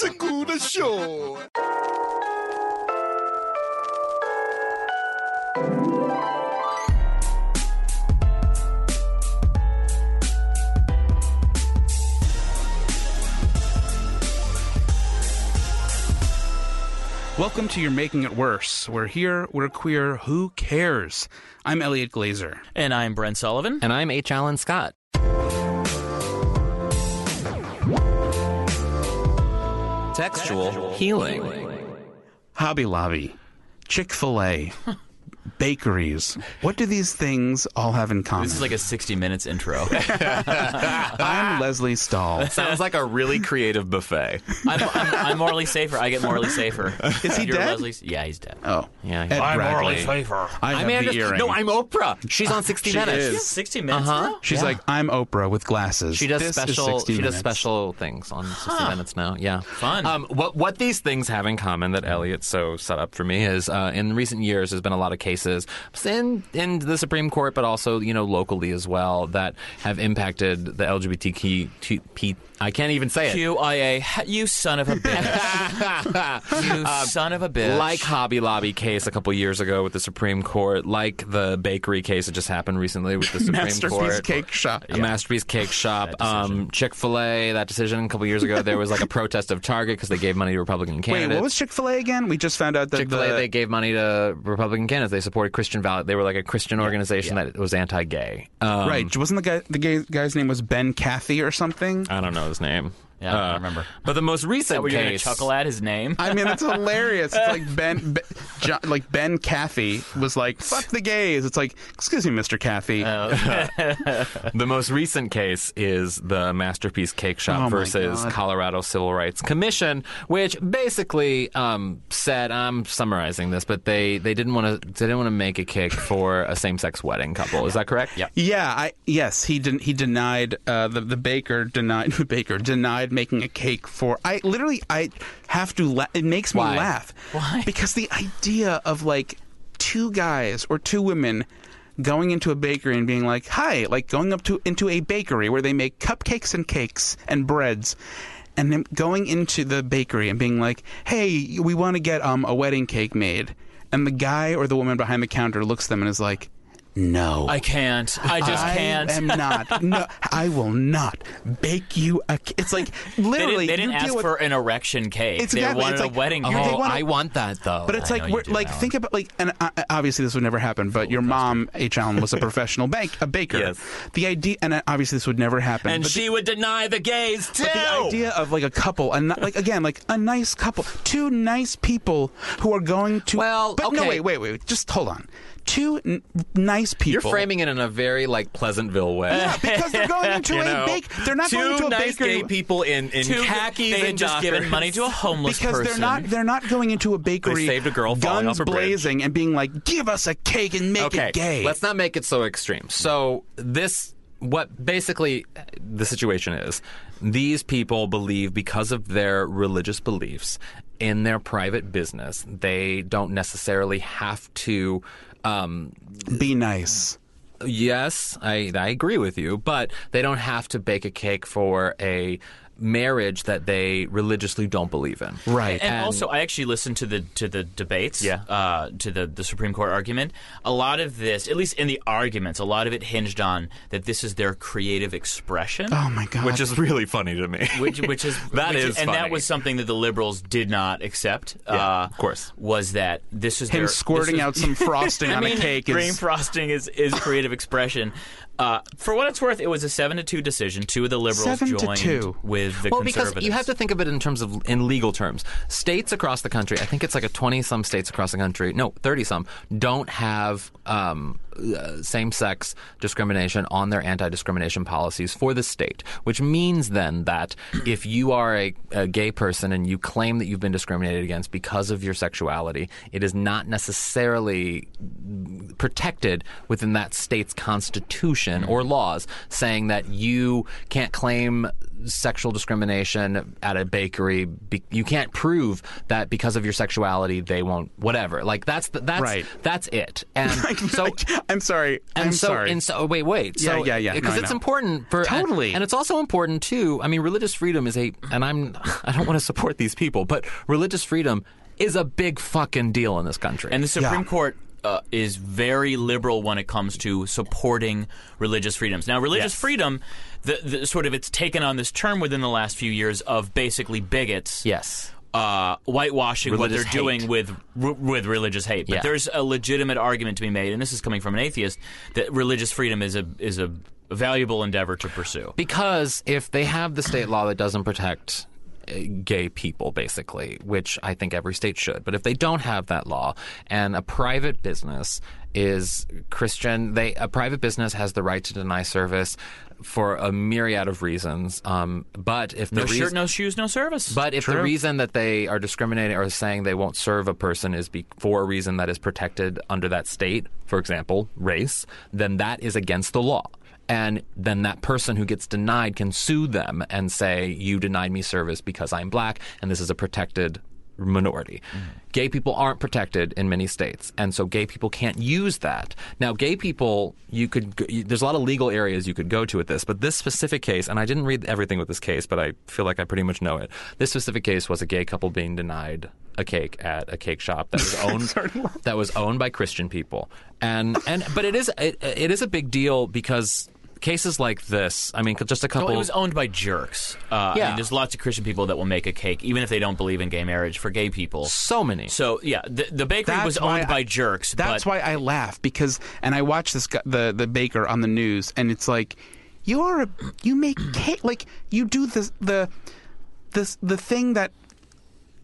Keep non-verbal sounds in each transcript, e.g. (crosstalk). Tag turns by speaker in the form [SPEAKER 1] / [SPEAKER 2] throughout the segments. [SPEAKER 1] Segura Show.
[SPEAKER 2] Welcome to Your Making It Worse. We're here, we're queer, who cares? I'm Elliot Glazer.
[SPEAKER 3] And I'm Brent Sullivan.
[SPEAKER 4] And I'm H. Allen Scott. Textual healing.
[SPEAKER 2] Hobby Lobby, Chick fil
[SPEAKER 4] (laughs)
[SPEAKER 2] A, bakeries. What do these things all have in common?
[SPEAKER 3] This is like a 60 minutes intro. (laughs)
[SPEAKER 4] ah!
[SPEAKER 2] I'm Leslie Stahl.
[SPEAKER 4] Sounds like a really creative buffet.
[SPEAKER 3] I'm, I'm, I'm morally safer. I get
[SPEAKER 2] (laughs)
[SPEAKER 3] morally safer. Is
[SPEAKER 2] he
[SPEAKER 3] You're
[SPEAKER 2] dead?
[SPEAKER 3] Leslie's- Yeah, he's dead.
[SPEAKER 2] Oh.
[SPEAKER 4] Yeah.
[SPEAKER 2] Ed Bradley.
[SPEAKER 5] safer.
[SPEAKER 2] I have
[SPEAKER 4] Amanda,
[SPEAKER 2] the earring.
[SPEAKER 4] no, I'm Oprah. She's (laughs) on 60
[SPEAKER 2] She
[SPEAKER 4] Minutes.
[SPEAKER 2] is.
[SPEAKER 3] 60 minutes.
[SPEAKER 4] Uh-huh.
[SPEAKER 3] now?
[SPEAKER 2] She's
[SPEAKER 4] Yeah.
[SPEAKER 2] like, I'm Oprah with glasses.
[SPEAKER 4] She does
[SPEAKER 2] This is
[SPEAKER 4] special.
[SPEAKER 2] 60
[SPEAKER 4] She does
[SPEAKER 2] minutes."
[SPEAKER 4] special things on 60 Minutes now. Yeah,
[SPEAKER 3] Fun.
[SPEAKER 4] Um, what what these things have in common that Elliot so set up for me is uh, in recent years there's been a lot of cases in in the Supreme Court, but also you know locally as well that have impacted the LGBTQ. T- P- I can't even say it.
[SPEAKER 3] QIA. You son of a bitch. (laughs) You son of a bitch.
[SPEAKER 4] (laughs) Like Hobby Lobby case a couple years ago with the Supreme Court, like the bakery case that just happened recently with the
[SPEAKER 2] (laughs)
[SPEAKER 4] Supreme
[SPEAKER 2] Masterpiece
[SPEAKER 4] Court.
[SPEAKER 2] Cake Shop.
[SPEAKER 4] a masterpiece cake shop um, chick-fil-a that decision a couple years ago there was like a protest of target because they gave money to republican
[SPEAKER 2] Wait,
[SPEAKER 4] candidates
[SPEAKER 2] what was Chick fil A again? We just found out that
[SPEAKER 4] chick-fil-a
[SPEAKER 2] the.
[SPEAKER 4] they gave money to republican candidates they supported christian value they were like a christian organization that was anti-gay um,
[SPEAKER 2] Right, wasn't the guy the gay, guy's name was Ben Cathy or something?
[SPEAKER 4] i don't know his name Uh,
[SPEAKER 3] Yeah, I don't remember.
[SPEAKER 4] but the most recent
[SPEAKER 3] Were you going to
[SPEAKER 4] case
[SPEAKER 3] chuckle at his name?
[SPEAKER 2] I mean, it's hilarious. It's like Ben, ben John, like Ben Cathy was like, "Fuck the gays." It's like, excuse me, Mister Cathy.
[SPEAKER 4] the most recent case is the Masterpiece Cake Shop
[SPEAKER 2] Oh, my
[SPEAKER 4] versus
[SPEAKER 2] God.
[SPEAKER 4] Colorado Civil Rights Commission, which basically um, said I'm summarizing this, but they, they didn't want to they didn't want to make a kick for a same sex wedding couple. Is that correct? Yeah.
[SPEAKER 2] yeah, I yes, he didn't. He denied uh, the the baker denied (laughs) the baker denied making a cake for. I literally I have to. La- it makes
[SPEAKER 4] Why?
[SPEAKER 2] me laugh. Why? Because the idea of like two guys or two women. Going into a bakery and being like, "Hi!" Like going up to into a bakery where they make cupcakes and cakes and breads, and then going into the bakery and being like, "Hey, we want to get um a wedding cake made," and the guy or the woman behind the counter looks at them and is like, "No,
[SPEAKER 3] I can't. I just
[SPEAKER 2] I
[SPEAKER 3] can't.
[SPEAKER 2] am not. No, I will not bake you a. ca- It's like
[SPEAKER 3] they didn't,
[SPEAKER 2] literally.
[SPEAKER 3] they didn't
[SPEAKER 2] you
[SPEAKER 3] ask
[SPEAKER 2] deal with,
[SPEAKER 3] for an erection cake.
[SPEAKER 2] It's
[SPEAKER 3] they
[SPEAKER 2] exactly-
[SPEAKER 3] wanted
[SPEAKER 2] it's
[SPEAKER 3] a
[SPEAKER 2] like-
[SPEAKER 3] wedding
[SPEAKER 2] oh,
[SPEAKER 3] cake.
[SPEAKER 2] they want-
[SPEAKER 4] I want that though.
[SPEAKER 2] But it's
[SPEAKER 3] I
[SPEAKER 2] like,
[SPEAKER 3] know you
[SPEAKER 2] we're,
[SPEAKER 3] do,
[SPEAKER 2] like
[SPEAKER 3] Alan. Oh,
[SPEAKER 2] think about like, and I, I- obviously this would never happen. But your mom, H. Allen,
[SPEAKER 3] (laughs)
[SPEAKER 2] was a professional bank, a baker.
[SPEAKER 4] Yes.
[SPEAKER 2] The idea, and uh, obviously this would never happen.
[SPEAKER 4] and
[SPEAKER 2] but the-
[SPEAKER 4] she would deny the gays too.
[SPEAKER 2] the idea of like a couple, and not- like again, like a nice couple, two nice people who are going to.
[SPEAKER 4] Well,
[SPEAKER 2] but no, wait,
[SPEAKER 4] okay.
[SPEAKER 2] wait, wait, just hold on. Two n- nice people.
[SPEAKER 4] You're framing it in a very like Pleasantville way.
[SPEAKER 2] Yeah, because they're
[SPEAKER 3] (laughs)
[SPEAKER 2] going into
[SPEAKER 4] You
[SPEAKER 2] a
[SPEAKER 4] know,
[SPEAKER 2] bake. They're not
[SPEAKER 4] two
[SPEAKER 2] going to a
[SPEAKER 4] nice
[SPEAKER 2] bakery.
[SPEAKER 4] gay people in, in
[SPEAKER 3] Two-
[SPEAKER 4] khakis
[SPEAKER 3] they had
[SPEAKER 4] and
[SPEAKER 3] just given
[SPEAKER 4] dockers.
[SPEAKER 3] money to a homeless
[SPEAKER 2] because
[SPEAKER 3] person.
[SPEAKER 2] they're not they're not going into a bakery
[SPEAKER 4] saved a girl falling
[SPEAKER 2] guns
[SPEAKER 4] off a bridge.
[SPEAKER 2] blazing and being like give us a cake and make
[SPEAKER 4] okay,
[SPEAKER 2] it gay
[SPEAKER 4] Let's not make it so extreme. So this what basically the situation is these people believe because of their religious beliefs in their private business they don't necessarily have to um,
[SPEAKER 2] be nice
[SPEAKER 4] yes, I, I agree with you, but they don't have to bake a cake for a marriage that they religiously don't believe in.
[SPEAKER 2] right
[SPEAKER 3] And, also, I actually listened to the to the debates,
[SPEAKER 4] Yeah.
[SPEAKER 3] uh, to the the Supreme Court argument. A lot of this, at least in the arguments, a lot of it hinged on that this is their creative expression.
[SPEAKER 2] oh my god
[SPEAKER 4] Which is really funny to me.
[SPEAKER 3] Which,
[SPEAKER 2] (laughs)
[SPEAKER 3] which is
[SPEAKER 4] That
[SPEAKER 3] which-
[SPEAKER 4] is
[SPEAKER 3] and
[SPEAKER 4] funny.
[SPEAKER 3] that was something that the liberals did not accept. uh,
[SPEAKER 4] of course.
[SPEAKER 3] was that this is
[SPEAKER 2] him
[SPEAKER 3] their,
[SPEAKER 2] squirting
[SPEAKER 3] this is-
[SPEAKER 2] out
[SPEAKER 3] (laughs)
[SPEAKER 2] some
[SPEAKER 4] (laughs)
[SPEAKER 2] frosting on a cake
[SPEAKER 3] Green
[SPEAKER 2] is
[SPEAKER 3] frosting is, is creative expression. Uh, for what it's worth, it was a seven to two decision. Two of the liberals
[SPEAKER 2] Seven to
[SPEAKER 3] joined
[SPEAKER 2] two.
[SPEAKER 3] with the
[SPEAKER 4] well,
[SPEAKER 3] conservatives.
[SPEAKER 4] because you have to think of it in terms of in legal terms. States across the country, I think it's like a twenty-some states across the country, no, thirty-some, don't have um, uh, same-sex discrimination on their anti-discrimination policies for the state, which means then that if you are a, a gay person and you claim that you've been discriminated against because of your sexuality, it is not necessarily protected within that state's constitution
[SPEAKER 2] Mm.
[SPEAKER 4] or laws, saying that you can't claim sexual discrimination at a bakery. Be- you can't prove that because of your sexuality they won't whatever. Like that's the, that's
[SPEAKER 2] Right.
[SPEAKER 4] that's it.
[SPEAKER 2] (laughs)
[SPEAKER 4] And so.
[SPEAKER 2] I'm sorry.
[SPEAKER 4] And
[SPEAKER 2] I'm
[SPEAKER 4] so,
[SPEAKER 2] sorry.
[SPEAKER 4] and so, wait, wait. So,
[SPEAKER 2] Yeah, yeah, yeah. No,
[SPEAKER 4] Because
[SPEAKER 2] I
[SPEAKER 4] it's
[SPEAKER 2] know.
[SPEAKER 4] important for and-
[SPEAKER 2] Totally.
[SPEAKER 4] and, it's also important too. I mean, religious freedom is a, and I'm, (laughs) I don't want to support these people, but religious freedom is a big fucking deal in this country.
[SPEAKER 3] And the Supreme
[SPEAKER 2] Yeah.
[SPEAKER 3] Court uh, is very liberal when it comes to supporting religious freedoms. Now, religious
[SPEAKER 4] Yes.
[SPEAKER 3] freedom, the, the sort of it's taken on this term within the last few years of basically bigots.
[SPEAKER 4] yes,
[SPEAKER 3] Uh, whitewashing
[SPEAKER 4] Religious
[SPEAKER 3] what they're
[SPEAKER 4] hate.
[SPEAKER 3] doing with r- with religious hate, but
[SPEAKER 4] Yeah.
[SPEAKER 3] there's a legitimate argument to be made, and this is coming from an atheist that religious freedom is a is a valuable endeavor to pursue.
[SPEAKER 4] because if they have the state law that doesn't protect uh, gay people basically which i think every state should but if they don't have that law and a private business is christian they a private business has the right to deny service for a myriad of reasons um, but if the
[SPEAKER 3] No
[SPEAKER 4] reas-
[SPEAKER 3] shirt, no shoes, no service.
[SPEAKER 4] but if the reason that they are discriminating or saying they won't serve a person is be- for a reason that is protected under that state, for example, race, then that is against the law. And then that person who gets denied can sue them and say, You denied me service because I'm black and this is a protected minority.
[SPEAKER 3] Mm-hmm.
[SPEAKER 4] Gay people aren't protected in many states, and so gay people can't use that. Now, gay people, you could go- you- there's a lot of legal areas you could go to with this, but this specific case, and I didn't read everything with this case, but I feel like I pretty much know it. This specific case was a gay couple being denied a cake at a cake shop
[SPEAKER 3] (laughs)
[SPEAKER 4] that was owned that was owned by Christian people, and and but it is it, it is a big deal because. Cases like this, I mean, just a couple.
[SPEAKER 3] Well, it was owned by jerks. Uh, I
[SPEAKER 4] Yeah.
[SPEAKER 3] mean, there's lots of Christian people that will make a cake, even if they don't believe in gay marriage for gay people.
[SPEAKER 4] so many.
[SPEAKER 3] So yeah, the, the bakery
[SPEAKER 2] That's
[SPEAKER 3] was
[SPEAKER 2] why
[SPEAKER 3] owned
[SPEAKER 2] I-
[SPEAKER 3] by jerks.
[SPEAKER 2] That's
[SPEAKER 3] but
[SPEAKER 2] why I laugh because, and I watch this guy, the the baker on the news, and it's like, you are a you
[SPEAKER 3] (clears throat)
[SPEAKER 2] make cake like you do the the the the thing that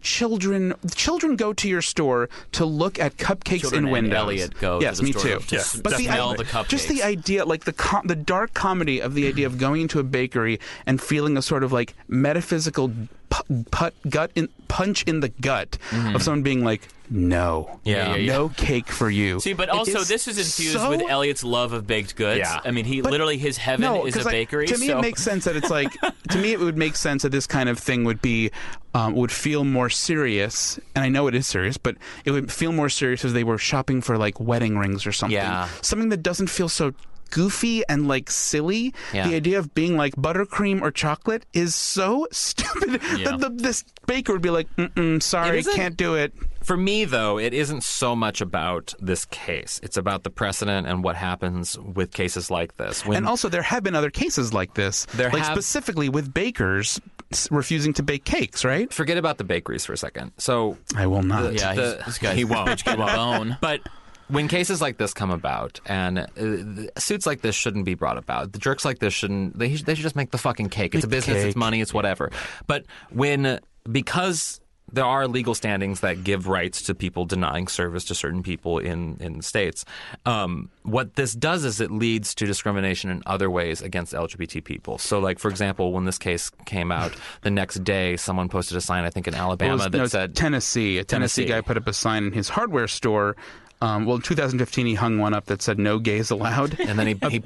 [SPEAKER 2] children children go to your store to look at cupcakes
[SPEAKER 3] Children
[SPEAKER 2] in
[SPEAKER 3] and
[SPEAKER 2] windows.
[SPEAKER 3] Elliot go to
[SPEAKER 2] yes,
[SPEAKER 3] the
[SPEAKER 2] me
[SPEAKER 3] store
[SPEAKER 2] too.
[SPEAKER 3] to Yes,
[SPEAKER 2] but the,
[SPEAKER 3] smell
[SPEAKER 2] I-
[SPEAKER 3] the cupcakes.
[SPEAKER 2] just the idea, like the com- the dark comedy of the idea of going into a bakery and feeling a sort of like metaphysical pu- put gut in, punch in the gut
[SPEAKER 3] Mm-hmm.
[SPEAKER 2] of someone being like, no,
[SPEAKER 4] Yeah. Yeah, yeah,
[SPEAKER 2] no cake for you.
[SPEAKER 3] see, but
[SPEAKER 2] It
[SPEAKER 3] also this is infused
[SPEAKER 2] so-
[SPEAKER 3] with Elliot's love of baked goods.
[SPEAKER 4] Yeah.
[SPEAKER 3] I mean, he literally his heaven
[SPEAKER 2] no,
[SPEAKER 3] is
[SPEAKER 2] 'cause,
[SPEAKER 3] a
[SPEAKER 2] like,
[SPEAKER 3] bakery.
[SPEAKER 2] To me,
[SPEAKER 3] so
[SPEAKER 2] it makes sense that it's like. to me, it would make sense that this kind of thing would be, um, would feel more serious. And I know it is serious, but it would feel more serious if they were shopping for like wedding rings or something.
[SPEAKER 4] Yeah.
[SPEAKER 2] Something that doesn't feel so goofy and like silly.
[SPEAKER 4] Yeah.
[SPEAKER 2] The idea of being like buttercream or chocolate is so (laughs) stupid
[SPEAKER 3] Yeah.
[SPEAKER 2] that the, this baker would be like, Mm-mm, "Sorry,
[SPEAKER 4] isn't-
[SPEAKER 2] can't do it."
[SPEAKER 4] For me, though, it isn't so much about this case. It's about the precedent and what happens with cases like this. When
[SPEAKER 2] And also, there have been other cases like this,
[SPEAKER 4] There
[SPEAKER 2] like
[SPEAKER 4] have-
[SPEAKER 2] specifically with bakers s- refusing to bake cakes. Right?
[SPEAKER 4] forget about the bakeries for a second. So,
[SPEAKER 2] I will not.
[SPEAKER 3] (laughs) yeah,
[SPEAKER 4] the-
[SPEAKER 3] he's- this guy
[SPEAKER 4] he won't.
[SPEAKER 3] He won't. Bone.
[SPEAKER 4] but when cases like this come about, and uh, th- suits like this shouldn't be brought about, the jerks like this shouldn't. They, sh- they should just make the fucking cake. It's a business.
[SPEAKER 2] cake.
[SPEAKER 4] It's money. It's whatever. But when uh, because there are legal standings that give rights to people denying service to certain people in in states. Um, what this does is it leads to discrimination in other ways against LGBT people. So, like for example, when this case came
[SPEAKER 2] (sighs)
[SPEAKER 4] out, the next day someone posted a sign, I think in Alabama,
[SPEAKER 2] It was-
[SPEAKER 4] that
[SPEAKER 2] no, it's (laughs)
[SPEAKER 4] said
[SPEAKER 2] Tennessee. A Tennessee,
[SPEAKER 4] Tennessee.
[SPEAKER 2] guy put up a sign in his hardware store. Um, well, in 2015, he hung one up that said "No gays allowed."
[SPEAKER 4] and then he, he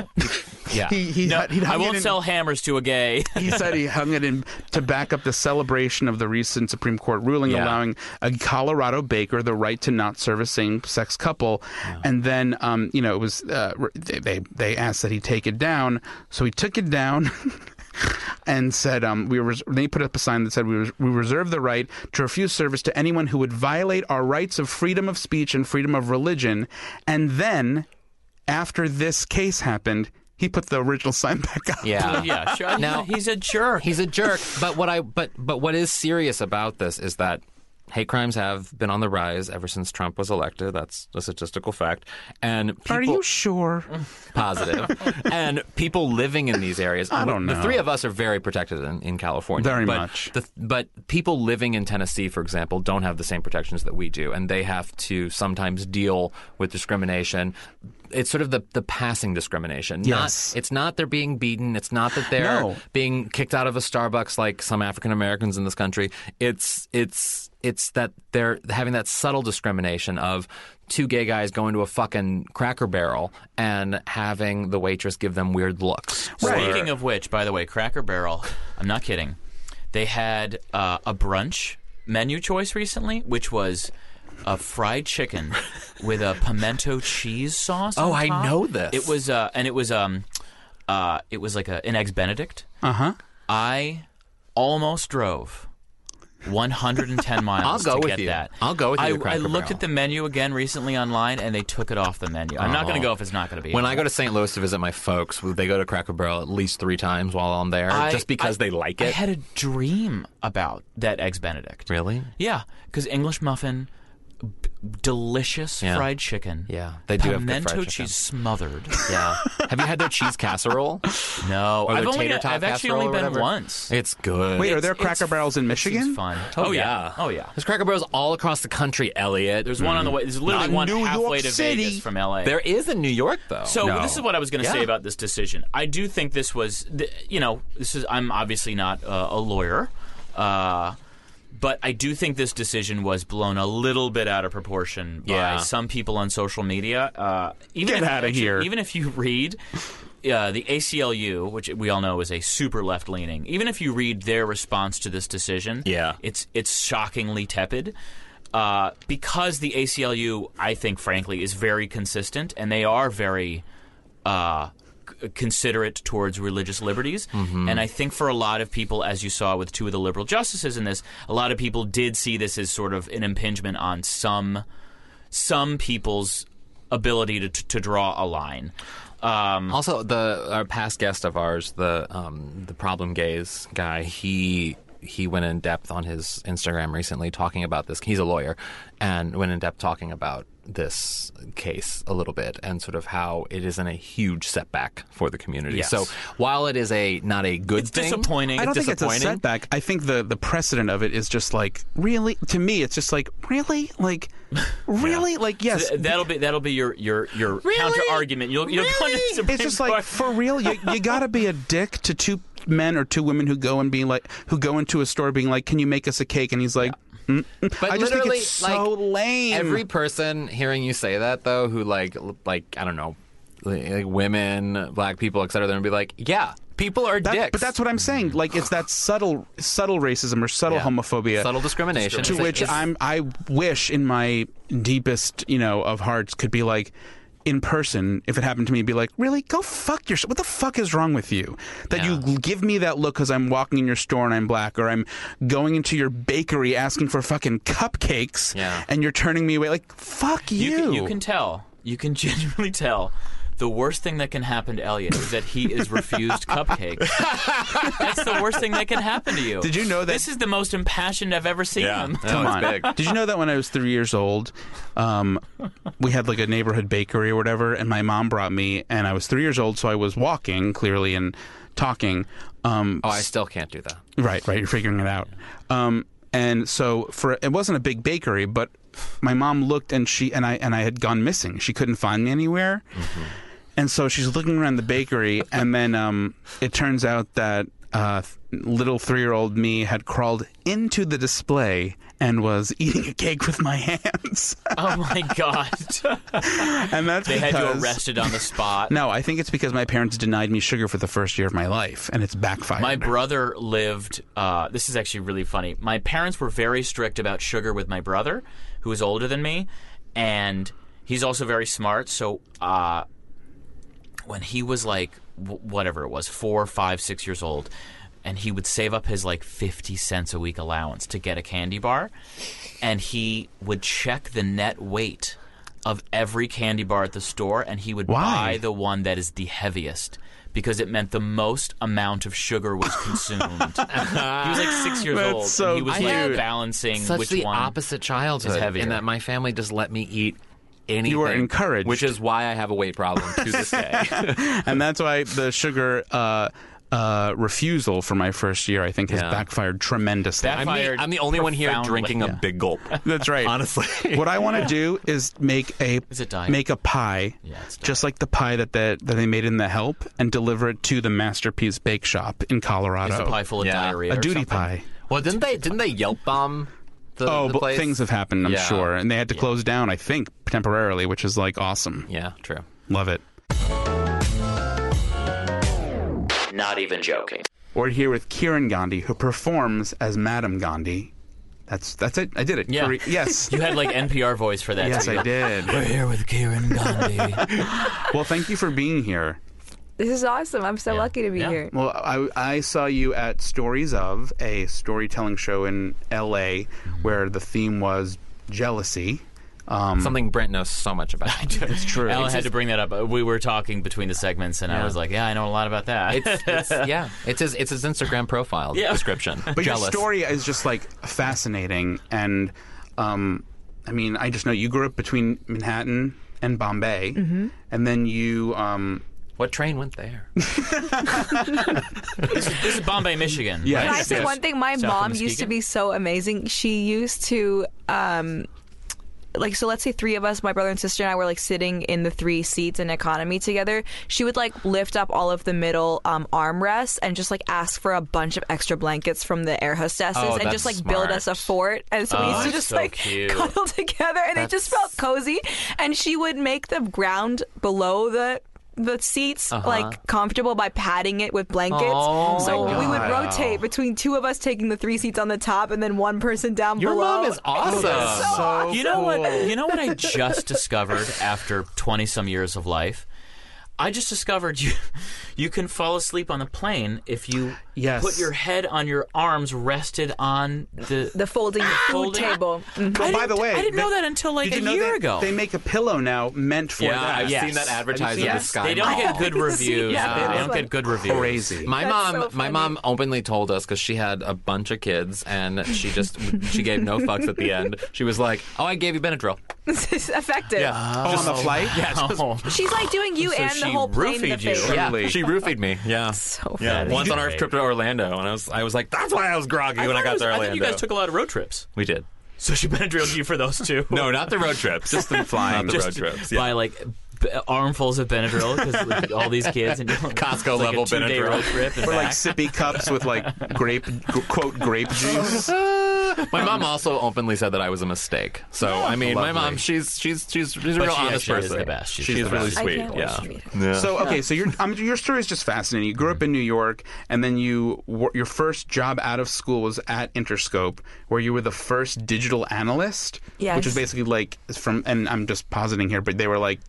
[SPEAKER 4] yeah.
[SPEAKER 2] He, he,
[SPEAKER 3] No,
[SPEAKER 2] had- he
[SPEAKER 3] I
[SPEAKER 2] hung it
[SPEAKER 3] won't
[SPEAKER 2] in-
[SPEAKER 3] sell hammers to a gay. (laughs)
[SPEAKER 2] He said he hung it in to back up the celebration of the recent Supreme Court ruling
[SPEAKER 4] Yeah.
[SPEAKER 2] allowing a Colorado baker the right to not serve a same-sex couple. And then, um, you know, it was uh, re- they, they they asked that he take it down, so he took it down. (laughs) And said, um, we res- they put up a sign that said, we, res- we reserve the right to refuse service to anyone who would violate our rights of freedom of speech and freedom of religion. And then, after this case happened, he put the original sign back up. (laughs)
[SPEAKER 4] Yeah.
[SPEAKER 3] yeah, sure.
[SPEAKER 4] Now-
[SPEAKER 3] he's a jerk.
[SPEAKER 4] He's a jerk, but what I but but what is serious about this is that hate crimes have been on the rise ever since Trump was elected. That's a statistical fact. And people,
[SPEAKER 2] Are you
[SPEAKER 4] (laughs)
[SPEAKER 2] sure?
[SPEAKER 4] positive. and people living in these areas. I
[SPEAKER 2] don't
[SPEAKER 4] The
[SPEAKER 2] know.
[SPEAKER 4] three of us are very protected in, in California.
[SPEAKER 2] Very
[SPEAKER 4] but
[SPEAKER 2] much.
[SPEAKER 4] The, but people living in Tennessee, for example, don't have the same protections that we do, and they have to sometimes deal with discrimination. It's sort of the, the passing discrimination. Not-
[SPEAKER 2] Yes.
[SPEAKER 4] it's not they're being beaten. It's not that they're
[SPEAKER 2] No.
[SPEAKER 4] being kicked out of a Starbucks like some African Americans in this country. It's it's it's that they're having that subtle discrimination of two gay guys going to a fucking cracker barrel and having the waitress give them weird looks.
[SPEAKER 2] Right.
[SPEAKER 3] Speaking of which, by the way, Cracker Barrel, I'm not kidding. They had uh, a brunch menu choice recently, which was a fried
[SPEAKER 4] (laughs)
[SPEAKER 3] chicken with a pimento cheese sauce.
[SPEAKER 4] Oh,
[SPEAKER 3] on
[SPEAKER 4] I
[SPEAKER 3] top.
[SPEAKER 4] know this.
[SPEAKER 3] It was, uh, and it was, um, uh, it was like a, an eggs Benedict.
[SPEAKER 2] Uh
[SPEAKER 4] Uh-huh.
[SPEAKER 2] huh.
[SPEAKER 3] I almost drove
[SPEAKER 4] (laughs)
[SPEAKER 3] 110 miles
[SPEAKER 4] I'll go
[SPEAKER 3] to
[SPEAKER 4] with
[SPEAKER 3] get
[SPEAKER 4] you.
[SPEAKER 3] that.
[SPEAKER 4] I'll go with you
[SPEAKER 3] I,
[SPEAKER 4] to Cracker
[SPEAKER 3] I looked
[SPEAKER 4] Barrel.
[SPEAKER 3] at the menu again recently online, and they took it off the menu. I'm not going to go if it's not going to be.
[SPEAKER 4] Oh. When
[SPEAKER 3] on
[SPEAKER 4] I go to St. Louis to visit my folks, they go to Cracker Barrel at least three times while I'm there,
[SPEAKER 3] I-
[SPEAKER 4] just because
[SPEAKER 3] I-
[SPEAKER 4] they like
[SPEAKER 3] I
[SPEAKER 4] it.
[SPEAKER 3] had a dream about that eggs Benedict.
[SPEAKER 4] really?
[SPEAKER 3] Yeah, because English muffin, b- delicious
[SPEAKER 4] Yeah.
[SPEAKER 3] fried chicken.
[SPEAKER 4] Yeah, they do have good fried
[SPEAKER 3] pimento
[SPEAKER 4] chicken.
[SPEAKER 3] cheese smothered.
[SPEAKER 4] (laughs) Yeah. Have you had their cheese casserole?
[SPEAKER 3] No,
[SPEAKER 4] Or
[SPEAKER 3] I've
[SPEAKER 4] their
[SPEAKER 3] only
[SPEAKER 4] tater tot
[SPEAKER 3] I've actually
[SPEAKER 4] casserole
[SPEAKER 3] only
[SPEAKER 4] or
[SPEAKER 3] been
[SPEAKER 4] whatever?
[SPEAKER 3] once.
[SPEAKER 4] It's good.
[SPEAKER 2] Wait, are
[SPEAKER 3] It's-
[SPEAKER 2] there
[SPEAKER 3] it's-
[SPEAKER 2] Cracker Barrels in
[SPEAKER 3] it seems
[SPEAKER 2] Michigan?
[SPEAKER 3] Fun.
[SPEAKER 4] Oh, yeah.
[SPEAKER 3] Oh yeah.
[SPEAKER 4] There's Cracker Barrels all across the country, Elliot.
[SPEAKER 3] There's one on the way. There's literally
[SPEAKER 2] Not
[SPEAKER 3] one
[SPEAKER 2] New York
[SPEAKER 3] halfway to
[SPEAKER 2] City.
[SPEAKER 3] Vegas from LA.
[SPEAKER 4] There is in New York though.
[SPEAKER 3] So this is what I was going to
[SPEAKER 4] Yeah.
[SPEAKER 3] say about this decision. I do think this was, th- you know, this is. I'm obviously not uh, a lawyer, uh, but I do think this decision was blown a little bit out of proportion by
[SPEAKER 4] Yeah.
[SPEAKER 3] some people on social media. Uh, even
[SPEAKER 2] Get
[SPEAKER 3] if-
[SPEAKER 2] outta
[SPEAKER 3] actually,
[SPEAKER 2] here.
[SPEAKER 3] Even if you read. Uh, the ACLU, which we all know is a super left leaning, even if you read their response to this decision,
[SPEAKER 4] Yeah.
[SPEAKER 3] it's it's shockingly tepid uh, because the ACLU, I think, frankly, is very consistent, and they are very uh, c- considerate towards religious liberties. And I think for a lot of people, as you saw with two of the liberal justices in this, a lot of people did see this as sort of an impingement on some some people's ability to, to draw a line. Um,
[SPEAKER 4] Also, the our past guest of ours, the um, the problem gays guy, he he went in depth on his Instagram recently talking about this. He's a lawyer, and went in depth talking about this case a little bit and sort of how it isn't a huge setback for the community.
[SPEAKER 3] Yes.
[SPEAKER 4] So while it is a not a good thing,
[SPEAKER 3] disappointing.
[SPEAKER 2] I don't think it's a
[SPEAKER 4] disappointing.
[SPEAKER 2] setback. I think the the precedent of it is just like really to me. It's just like really,
[SPEAKER 3] (laughs)
[SPEAKER 2] like really, like yes.
[SPEAKER 3] Th- that'll be that'll be your your your counter argument. You'll you'll go to the Supreme
[SPEAKER 2] it's
[SPEAKER 3] (laughs)
[SPEAKER 2] just like
[SPEAKER 3] Court.
[SPEAKER 2] for real. You you gotta be a dick to two men or two women who go and be like who go into a store being like, "Can you make us a cake?" And he's like, "Mm, "Mm-mm."
[SPEAKER 4] But
[SPEAKER 2] I just think
[SPEAKER 4] literally,
[SPEAKER 2] it's so
[SPEAKER 4] like,
[SPEAKER 2] lame.
[SPEAKER 4] Every person hearing you say that, though, who like, l- like I don't know, like, like women, black people, etc., they're gonna be like, yeah, people are
[SPEAKER 2] That-
[SPEAKER 4] dicks.
[SPEAKER 2] but that's what I'm saying. Like it's that subtle subtle racism or subtle
[SPEAKER 4] Yeah.
[SPEAKER 2] homophobia.
[SPEAKER 4] subtle discrimination.
[SPEAKER 2] to
[SPEAKER 4] It's like-
[SPEAKER 2] which
[SPEAKER 4] it's-
[SPEAKER 2] I'm I wish in my deepest you know of hearts could be like in person if it happened to me be like really go fuck yourself what the fuck is wrong with you that you give me that look because i'm walking in your store and i'm black or i'm going into your bakery asking for fucking cupcakes
[SPEAKER 4] Yeah.
[SPEAKER 2] and you're turning me away like fuck you
[SPEAKER 3] You can, you can tell. You can (laughs) genuinely tell. The worst thing that can happen to Elliot is that he is refused
[SPEAKER 2] (laughs)
[SPEAKER 3] cupcakes. That's the worst thing that can happen to you.
[SPEAKER 2] Did you know that-
[SPEAKER 3] This is the most impassioned I've ever seen
[SPEAKER 4] yeah,
[SPEAKER 3] him. (laughs)
[SPEAKER 4] No,
[SPEAKER 2] Come
[SPEAKER 4] it's
[SPEAKER 2] on.
[SPEAKER 4] big.
[SPEAKER 2] Did you know that when I was three years old, um, we had like a neighborhood bakery or whatever, and my mom brought me, and I was three years old, so I was walking clearly and talking. Um,
[SPEAKER 4] Oh, I still can't do that.
[SPEAKER 2] Right, right. You're figuring it out. Um, and so for it wasn't a big bakery, but my mom looked and she and I and I had gone missing. She couldn't find me anywhere.
[SPEAKER 3] Mm-hmm.
[SPEAKER 2] And so she's looking around the bakery, and then um, it turns out that uh, little three-year-old me had crawled into the display and was eating a cake with my hands. (laughs)
[SPEAKER 3] Oh my god!
[SPEAKER 2] and that's
[SPEAKER 3] They had
[SPEAKER 2] because
[SPEAKER 3] you arrested on the spot.
[SPEAKER 2] No, I think it's because my parents denied me sugar for the first year of my life, and it's backfired.
[SPEAKER 3] My brother lived. Uh, this is actually really funny. My parents were very strict about sugar with my brother, who is older than me, and he's also very smart. So uh, when he was like w- whatever it was, four, five, six years old, and he would save up his like fifty cents a week allowance to get a candy bar, and he would check the net weight. Of every candy bar at the store, and he would
[SPEAKER 2] Why?
[SPEAKER 3] buy the one that is the heaviest because it meant the most amount of sugar
[SPEAKER 2] (laughs)
[SPEAKER 3] was consumed.
[SPEAKER 4] (laughs)
[SPEAKER 3] he was like six years
[SPEAKER 2] That's
[SPEAKER 3] old.
[SPEAKER 2] so
[SPEAKER 3] and he was
[SPEAKER 4] cute.
[SPEAKER 3] like balancing
[SPEAKER 4] Such
[SPEAKER 3] which
[SPEAKER 4] the
[SPEAKER 3] one.
[SPEAKER 4] opposite childhood,
[SPEAKER 3] heavier.
[SPEAKER 4] in that my family just let me eat anything.
[SPEAKER 2] were encouraged.
[SPEAKER 4] which is why I have a weight problem to
[SPEAKER 3] (laughs)
[SPEAKER 4] this day.
[SPEAKER 2] and that's why the sugar uh, uh, refusal for my first year, I think, has
[SPEAKER 4] Yeah.
[SPEAKER 2] backfired tremendously.
[SPEAKER 3] That-
[SPEAKER 4] I'm, the,
[SPEAKER 3] Fired
[SPEAKER 4] I'm the only one here
[SPEAKER 3] profoundly.
[SPEAKER 4] drinking a big
[SPEAKER 3] (laughs)
[SPEAKER 4] gulp.
[SPEAKER 2] that's right.
[SPEAKER 4] Honestly,
[SPEAKER 2] what I want to do is make a
[SPEAKER 3] Is it diet?
[SPEAKER 2] make a pie,
[SPEAKER 3] Yeah, it's diet.
[SPEAKER 2] just like the pie that, that that they made in the Help, and deliver it to the Masterpiece Bake Shop in Colorado.
[SPEAKER 3] It's a pie full of
[SPEAKER 4] Yeah.
[SPEAKER 3] diarrhea.
[SPEAKER 2] A
[SPEAKER 3] or
[SPEAKER 2] Oh. duty
[SPEAKER 3] something.
[SPEAKER 2] pie.
[SPEAKER 4] well, didn't they? Didn't they Yelp bomb the,
[SPEAKER 2] oh,
[SPEAKER 4] the
[SPEAKER 2] but
[SPEAKER 4] place.
[SPEAKER 2] things have happened, I'm
[SPEAKER 4] Yeah.
[SPEAKER 2] sure, and they had to close down, I think, temporarily, which is like awesome.
[SPEAKER 4] Yeah, true.
[SPEAKER 2] Love it.
[SPEAKER 3] Not even joking.
[SPEAKER 2] We're here with Kiran Gandhi, who performs as Madam Gandhi. That's that's it. I did it.
[SPEAKER 3] Yeah.
[SPEAKER 2] Kiri- yes.
[SPEAKER 3] (laughs) You had like NPR voice for that.
[SPEAKER 2] yes,
[SPEAKER 3] too. (laughs)
[SPEAKER 2] I did.
[SPEAKER 3] We're here with Kieran Gandhi.
[SPEAKER 2] (laughs) Well, thank you for being here.
[SPEAKER 5] This is awesome. I'm so
[SPEAKER 3] Yeah.
[SPEAKER 5] lucky to be
[SPEAKER 3] Yeah.
[SPEAKER 5] here.
[SPEAKER 2] Well, I, I saw you at Stories of, a storytelling show in L.A. where the theme was jealousy. Um,
[SPEAKER 4] Something Brent knows so much (laughs) about.
[SPEAKER 3] (laughs) it's
[SPEAKER 2] true.
[SPEAKER 3] Ella
[SPEAKER 2] It's
[SPEAKER 3] had to bring that up. Uh, We were talking between the segments, and I
[SPEAKER 4] Yeah.
[SPEAKER 3] was like, "Yeah, I know a lot about that."
[SPEAKER 4] It's, it's yeah, it's his it's his Instagram profile
[SPEAKER 3] Yeah.
[SPEAKER 4] (laughs) description.
[SPEAKER 2] But
[SPEAKER 4] Jealous.
[SPEAKER 2] your story is just like fascinating, and um, I mean, I just know you grew up between Manhattan and Bombay,
[SPEAKER 3] Mm-hmm.
[SPEAKER 2] and then you. Um,
[SPEAKER 4] What train went there?
[SPEAKER 3] (laughs) this is Bombay, Michigan.
[SPEAKER 2] Yeah.
[SPEAKER 3] right?
[SPEAKER 5] Can I
[SPEAKER 2] Yes,
[SPEAKER 5] say
[SPEAKER 2] yes.
[SPEAKER 5] one thing? My
[SPEAKER 3] South of
[SPEAKER 5] mom used to
[SPEAKER 3] Muskegon?
[SPEAKER 5] be so amazing. She used to, um, like, so let's say three of us, my brother and sister and I, were like sitting in the three seats in economy together. She would like lift up all of the middle um, armrests and just like ask for a bunch of extra blankets from the air hostesses
[SPEAKER 4] Oh,
[SPEAKER 5] and just like
[SPEAKER 4] that's
[SPEAKER 5] build us a
[SPEAKER 4] smart.
[SPEAKER 5] fort. And so we
[SPEAKER 3] Oh,
[SPEAKER 5] used to
[SPEAKER 3] that's
[SPEAKER 5] just
[SPEAKER 3] so
[SPEAKER 5] like
[SPEAKER 3] cute.
[SPEAKER 5] cuddle (laughs) together, and it just felt cozy. And she would make the ground below the. The seats like comfortable by padding it with blankets,
[SPEAKER 4] Oh,
[SPEAKER 5] so
[SPEAKER 4] my
[SPEAKER 5] we would
[SPEAKER 2] God.
[SPEAKER 5] rotate between two of us taking the three seats on the top and then one person
[SPEAKER 4] (laughs)
[SPEAKER 5] down
[SPEAKER 4] Your
[SPEAKER 5] below.
[SPEAKER 4] mom is Oh, awesome.
[SPEAKER 2] so
[SPEAKER 3] You know
[SPEAKER 2] Oh, cool.
[SPEAKER 3] what? You know
[SPEAKER 2] (laughs)
[SPEAKER 3] what I just discovered after twenty some years of life. I just discovered you. You can fall asleep on the plane if you
[SPEAKER 2] Yes.
[SPEAKER 3] put your head on your arms rested on the.
[SPEAKER 5] the folding food
[SPEAKER 3] Folding.
[SPEAKER 5] table. (laughs) Mhm.
[SPEAKER 2] Well,
[SPEAKER 3] I
[SPEAKER 2] Oh, by the
[SPEAKER 3] didn't-
[SPEAKER 2] way,
[SPEAKER 3] I didn't
[SPEAKER 2] they-
[SPEAKER 3] know that until like
[SPEAKER 2] did
[SPEAKER 3] a
[SPEAKER 2] you know
[SPEAKER 3] year
[SPEAKER 2] they-
[SPEAKER 3] ago.
[SPEAKER 2] They make a pillow now meant for
[SPEAKER 4] Yeah,
[SPEAKER 2] that.
[SPEAKER 4] I've
[SPEAKER 3] Yes.
[SPEAKER 4] seen that
[SPEAKER 3] Have you
[SPEAKER 4] advertised
[SPEAKER 2] seen
[SPEAKER 4] in the
[SPEAKER 2] that?
[SPEAKER 4] sky.
[SPEAKER 3] they don't
[SPEAKER 4] Mall.
[SPEAKER 2] (laughs)
[SPEAKER 3] get good reviews. Uh,
[SPEAKER 5] Yeah,
[SPEAKER 3] they
[SPEAKER 5] it's
[SPEAKER 3] don't
[SPEAKER 5] like-
[SPEAKER 3] get good reviews.
[SPEAKER 2] Crazy.
[SPEAKER 4] My
[SPEAKER 5] That's
[SPEAKER 4] mom,
[SPEAKER 5] so
[SPEAKER 4] my
[SPEAKER 5] funny.
[SPEAKER 4] mom openly told us because she had a bunch of kids and she just she gave no fucks at the end. She was like, "Oh, I gave you Benadryl."
[SPEAKER 5] This is effective.
[SPEAKER 2] oh, on the flight. Yeah.
[SPEAKER 3] Oh.
[SPEAKER 5] She's like doing you
[SPEAKER 3] So
[SPEAKER 5] and the
[SPEAKER 3] she
[SPEAKER 5] whole plane in the
[SPEAKER 3] roofied you.
[SPEAKER 5] face.
[SPEAKER 4] Yeah,
[SPEAKER 2] Really?
[SPEAKER 4] she roofied me. Yeah.
[SPEAKER 5] So
[SPEAKER 4] Yeah,
[SPEAKER 3] That is
[SPEAKER 4] once on our
[SPEAKER 3] great.
[SPEAKER 4] trip to Orlando, and I was, I was like, that's why I was groggy when I
[SPEAKER 3] thought it
[SPEAKER 4] got
[SPEAKER 3] was-
[SPEAKER 4] to Orlando.
[SPEAKER 3] I think you guys took a lot of road trips.
[SPEAKER 4] we did.
[SPEAKER 3] So she Benadryl you for those two.
[SPEAKER 4] No, not the road trips. Just the
[SPEAKER 2] flying.
[SPEAKER 4] (laughs) Not the
[SPEAKER 3] Just
[SPEAKER 4] road trips. Yeah.
[SPEAKER 3] By like b- armfuls of Benadryl because all these kids
[SPEAKER 4] (laughs)
[SPEAKER 3] and
[SPEAKER 4] Costco
[SPEAKER 3] it's like
[SPEAKER 4] level
[SPEAKER 3] a two-day
[SPEAKER 4] Benadryl.
[SPEAKER 3] road trip. And
[SPEAKER 2] Or like
[SPEAKER 3] back.
[SPEAKER 2] sippy cups with like grape g- quote grape
[SPEAKER 4] (laughs)
[SPEAKER 2] juice.
[SPEAKER 4] My mom also openly said that I was a mistake. So I mean, my mom, she's she's she's she's a
[SPEAKER 3] But
[SPEAKER 4] real
[SPEAKER 3] she
[SPEAKER 4] honest
[SPEAKER 3] actually is
[SPEAKER 4] person.
[SPEAKER 3] the best. She's
[SPEAKER 4] She's,
[SPEAKER 3] the
[SPEAKER 4] really
[SPEAKER 3] best.
[SPEAKER 5] I
[SPEAKER 4] sweet.
[SPEAKER 5] can't wait
[SPEAKER 4] Yeah.
[SPEAKER 5] to meet her.
[SPEAKER 2] So okay, so your I mean, your story is just fascinating. You grew up in New York, and then you wor- your first job out of school was at Interscope, where you were the first digital analyst, which
[SPEAKER 5] Yes.
[SPEAKER 2] is basically like from. And I'm just positing here, but they were like,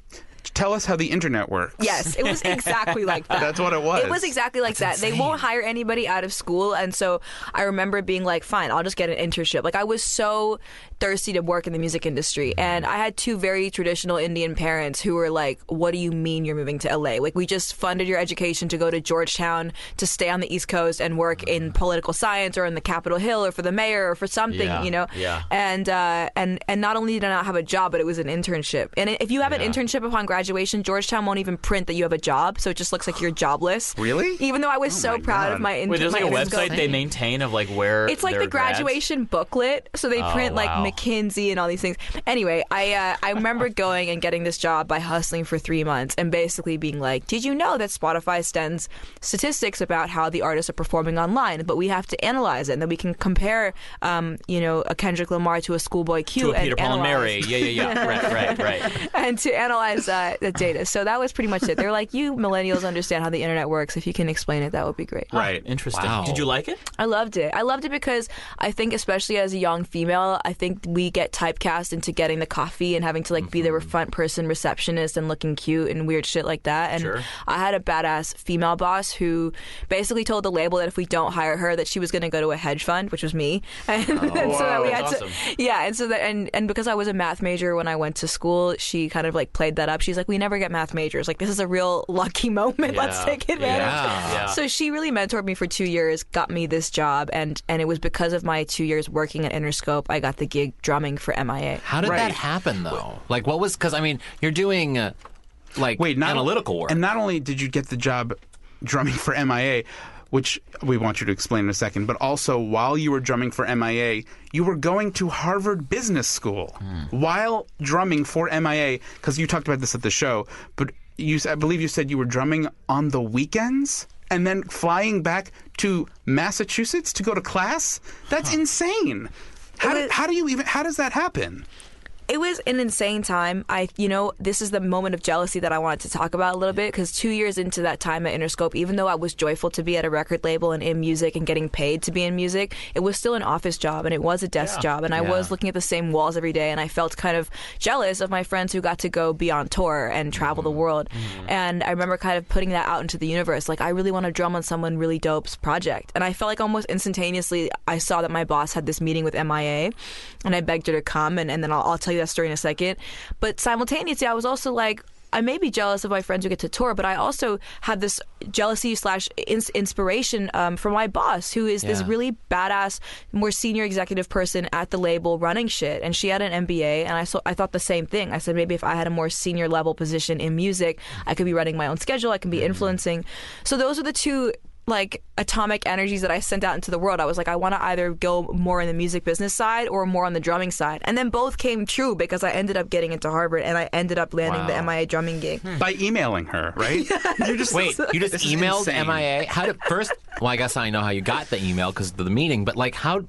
[SPEAKER 2] "Tell us how the internet works."
[SPEAKER 5] Yes, it was exactly like that.
[SPEAKER 2] That's what it was.
[SPEAKER 5] It was exactly like that. They won't hire anybody out of school, and so I remember being like, "Fine, I'll just get an internship." Like I was so thirsty to work in the music industry, and I had two very traditional Indian parents who were like, "What do you mean you're moving to LA? Like we just funded your education to go to Georgetown to stay on the East Coast and work in political science or in the Capitol Hill or for the mayor or for something,
[SPEAKER 3] Yeah,
[SPEAKER 5] you know?"
[SPEAKER 3] yeah.
[SPEAKER 5] and uh, and and not only did I not have a job, but it was an internship. And if you have
[SPEAKER 3] Yeah.
[SPEAKER 5] an internship upon graduation, Georgetown won't even print that you have a job, so it just looks like you're jobless.
[SPEAKER 2] Really? Oh
[SPEAKER 5] Even though I was so
[SPEAKER 2] my
[SPEAKER 5] proud
[SPEAKER 2] God.
[SPEAKER 5] of my internship.
[SPEAKER 3] Wait, there's like a website they maintain of like where
[SPEAKER 5] It's like
[SPEAKER 3] their
[SPEAKER 5] the graduation booklet, so they
[SPEAKER 3] Oh,
[SPEAKER 5] print like
[SPEAKER 3] wow.
[SPEAKER 5] McKinsey and all these things. Anyway, I uh,
[SPEAKER 3] (laughs)
[SPEAKER 5] I remember going and getting this job by hustling for three months and basically being like, "Did you know that Spotify sends statistics about how the artists are performing online? But we have to analyze it, and then we can compare, um, you know, a Kendrick Lamar to a Schoolboy Q
[SPEAKER 3] To a
[SPEAKER 5] and
[SPEAKER 3] Peter Paul and
[SPEAKER 5] analyze
[SPEAKER 3] Mary. Yeah, yeah, yeah. right, right, right.
[SPEAKER 5] (laughs) and to analyze uh, the data. So that was pretty much it. They're like, you millennials understand how the internet works. If you can explain it, that would be great.
[SPEAKER 2] Right.
[SPEAKER 3] Interesting.
[SPEAKER 4] Wow.
[SPEAKER 3] Did you like it?
[SPEAKER 5] I loved it. I loved it because I think, especially as a young female, I think we get typecast into getting the coffee and having to like be the
[SPEAKER 3] Mm-hmm.
[SPEAKER 5] front person receptionist and looking cute and weird shit like that. And
[SPEAKER 3] Sure.
[SPEAKER 5] I had a badass female boss who basically told the label that if we don't hire her, that she was going to go to a hedge fund, which was me. (laughs) And, and so that we had
[SPEAKER 3] Oh, that's
[SPEAKER 5] to,
[SPEAKER 3] awesome.
[SPEAKER 5] yeah. And so that, and and because I was a math major when I went to school, she kind of like played that up. She's like, we never get math majors. Like this is a real lucky (laughs) moment. Let's
[SPEAKER 3] Yeah.
[SPEAKER 5] take advantage.
[SPEAKER 4] Yeah.
[SPEAKER 3] Yeah.
[SPEAKER 5] So she really mentored me for two years, got me this job, and and it was because of my two years working at Interscope, I got the gig drumming for MIA.
[SPEAKER 4] How did that happen though? Like, what was? Because I mean, you're doing uh, like
[SPEAKER 2] Wait, not
[SPEAKER 4] analytical work.
[SPEAKER 2] And not only did you get the job drumming for MIA, which we want you to explain in a second, but also while you were drumming for MIA, you were going to Harvard Business School
[SPEAKER 4] Hmm.
[SPEAKER 2] while drumming for MIA because you talked about this at the show, but you s- I believe you said you were drumming on the weekends and then flying back to Massachusetts to go to class. That's insane. How
[SPEAKER 5] It
[SPEAKER 2] do,
[SPEAKER 5] was-
[SPEAKER 2] how do you even? How does that happen?
[SPEAKER 5] it was an insane time. I, you know, this is the moment of jealousy that I wanted to talk about a little bit because two years into that time at Interscope, even though I was joyful to be at a record label and in music and getting paid to be in music, it was still an office job and it was a desk job, and I was looking at the same walls every day, and I felt kind of jealous of my friends who got to go be on tour and travel the world, and I remember kind of putting that out into the universe, like I really want to drum on someone really dope's project, and I felt like almost instantaneously I saw that my boss had this meeting with MIA, and I begged her to come, and, and then I'll, I'll tell you that story in a second. But simultaneously, I was also like, I may be jealous of my friends who get to tour, but I also have this jealousy slash ins- inspiration um, from my boss, who is this
[SPEAKER 4] Yeah.
[SPEAKER 5] really badass, more senior executive person at the label running shit. And she had an MBA, and I saw, I thought the same thing. I said maybe if I had a more senior level position in music, I could be running my own schedule, I can be influencing. So those are the two like atomic energies that I sent out into the world. I was like, I want to either go more in the music business side or more on the drumming side. And then both came true because I ended up getting into Harvard and I ended up landing the MIA drumming gig.
[SPEAKER 2] By emailing her, right? You're just
[SPEAKER 4] Hmm. Wait, you just
[SPEAKER 2] This is
[SPEAKER 4] emailed
[SPEAKER 2] insane.
[SPEAKER 4] MIA? How did first? Well, I guess I know how you got the email because of the meeting. But like, how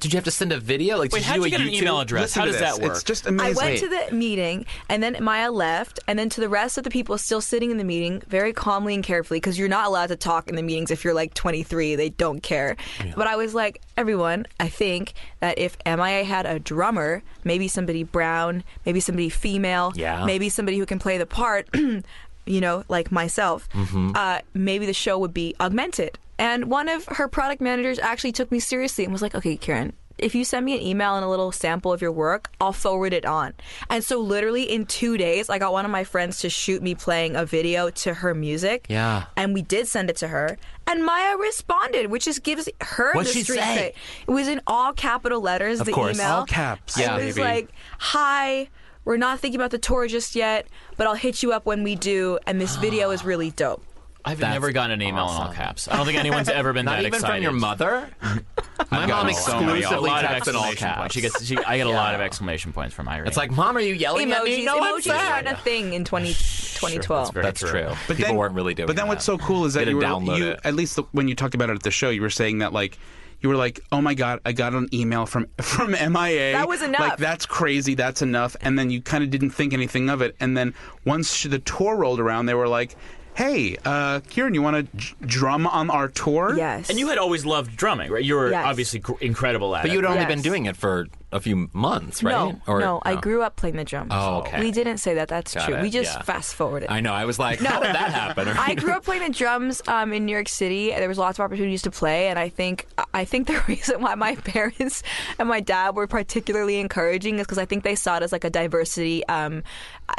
[SPEAKER 4] did you have to send a video? Like,
[SPEAKER 3] Wait,
[SPEAKER 4] did
[SPEAKER 3] how'd
[SPEAKER 4] you
[SPEAKER 3] you
[SPEAKER 4] do
[SPEAKER 3] get
[SPEAKER 4] a
[SPEAKER 3] an
[SPEAKER 4] YouTube?
[SPEAKER 3] email address?
[SPEAKER 2] Listen
[SPEAKER 3] How
[SPEAKER 2] to
[SPEAKER 3] does
[SPEAKER 2] this.
[SPEAKER 3] that work?
[SPEAKER 2] It's just
[SPEAKER 5] I
[SPEAKER 2] amazing.
[SPEAKER 5] went to the meeting and then Maya left and then to the rest of the people still sitting in the meeting very calmly and carefully because you're not allowed to talk in the meetings if you're like 23 they don't care but I was like everyone I think that if MIA had a drummer maybe somebody brown maybe somebody female
[SPEAKER 4] Yeah.
[SPEAKER 5] maybe somebody who can play the part (clears throat) you know like myself
[SPEAKER 4] Mm-hmm.
[SPEAKER 5] uh, maybe the show would be augmented and one of her product managers actually took me seriously and was like okay Karen if you send me an email and a little sample of your work, I'll forward it on. And so, literally, in two days, I got one of my friends to shoot me playing a video to her music.
[SPEAKER 4] Yeah.
[SPEAKER 5] And we did send it to her. And Maya responded, which just gives her
[SPEAKER 4] What'd
[SPEAKER 5] the
[SPEAKER 4] she
[SPEAKER 5] street
[SPEAKER 4] say?
[SPEAKER 5] cred. It was in all capital letters, the
[SPEAKER 4] course.
[SPEAKER 5] email.
[SPEAKER 2] All caps,
[SPEAKER 5] And
[SPEAKER 4] yeah,
[SPEAKER 5] It was
[SPEAKER 2] baby.
[SPEAKER 5] like, hi. We're not thinking about the tour just yet, but I'll hit you up when we do. And this video
[SPEAKER 4] (gasps)
[SPEAKER 5] is really dope.
[SPEAKER 3] I've
[SPEAKER 4] That's
[SPEAKER 3] never gotten an email in all
[SPEAKER 4] awesome.
[SPEAKER 3] caps. I don't think anyone's
[SPEAKER 4] (laughs)
[SPEAKER 3] ever been
[SPEAKER 4] Not
[SPEAKER 3] that
[SPEAKER 4] even
[SPEAKER 3] excited.
[SPEAKER 4] from your mother. (laughs) My mom
[SPEAKER 2] gotten so many
[SPEAKER 3] a
[SPEAKER 4] exclusively
[SPEAKER 3] lot of
[SPEAKER 4] texts in all
[SPEAKER 3] exclamation points.
[SPEAKER 4] caps.
[SPEAKER 3] She gets. She, I get a lot of exclamation points from Irene.
[SPEAKER 4] It's like, mom, are Oh, you yelling at me?
[SPEAKER 5] Emojis,
[SPEAKER 4] No, I'm
[SPEAKER 5] emojis
[SPEAKER 4] sad.
[SPEAKER 5] aren't a thing in 20, 2012.
[SPEAKER 4] That's true.
[SPEAKER 2] But
[SPEAKER 4] People
[SPEAKER 2] then,
[SPEAKER 4] weren't really doing.
[SPEAKER 2] But then
[SPEAKER 4] that.
[SPEAKER 2] what's so cool is that
[SPEAKER 4] They
[SPEAKER 2] you were
[SPEAKER 4] didn't download
[SPEAKER 2] you,
[SPEAKER 4] it.
[SPEAKER 2] at least the, when you talked about it at the show, you were saying that like you were like, oh my god, I got an email from (laughs) from MIA.
[SPEAKER 5] That was enough.
[SPEAKER 2] Like that's crazy. That's enough. And then you kind of didn't think anything of it. And then once sh- the tour rolled around, they were like, hey, uh, Kieran, you want to j- drum on our tour?
[SPEAKER 5] Yes.
[SPEAKER 3] And you had always loved drumming, right? You were
[SPEAKER 5] Yes.
[SPEAKER 3] obviously gr- incredible at
[SPEAKER 4] But
[SPEAKER 3] it.
[SPEAKER 4] you'd only
[SPEAKER 5] Yes.
[SPEAKER 4] been doing it for a few months, right?
[SPEAKER 5] No, no, I grew up playing the drums.
[SPEAKER 4] Oh, okay.
[SPEAKER 5] We didn't say that. That's
[SPEAKER 4] Got
[SPEAKER 5] true.
[SPEAKER 4] it,
[SPEAKER 5] We just
[SPEAKER 4] yeah.
[SPEAKER 5] fast forwarded.
[SPEAKER 4] I know. I was like, how did that happen?
[SPEAKER 5] I grew up playing the drums um, in New York City. There was lots of opportunities to play, and I think I think the (laughs) reason why my parents and my dad were particularly encouraging is because I think they saw it as like a diversity um,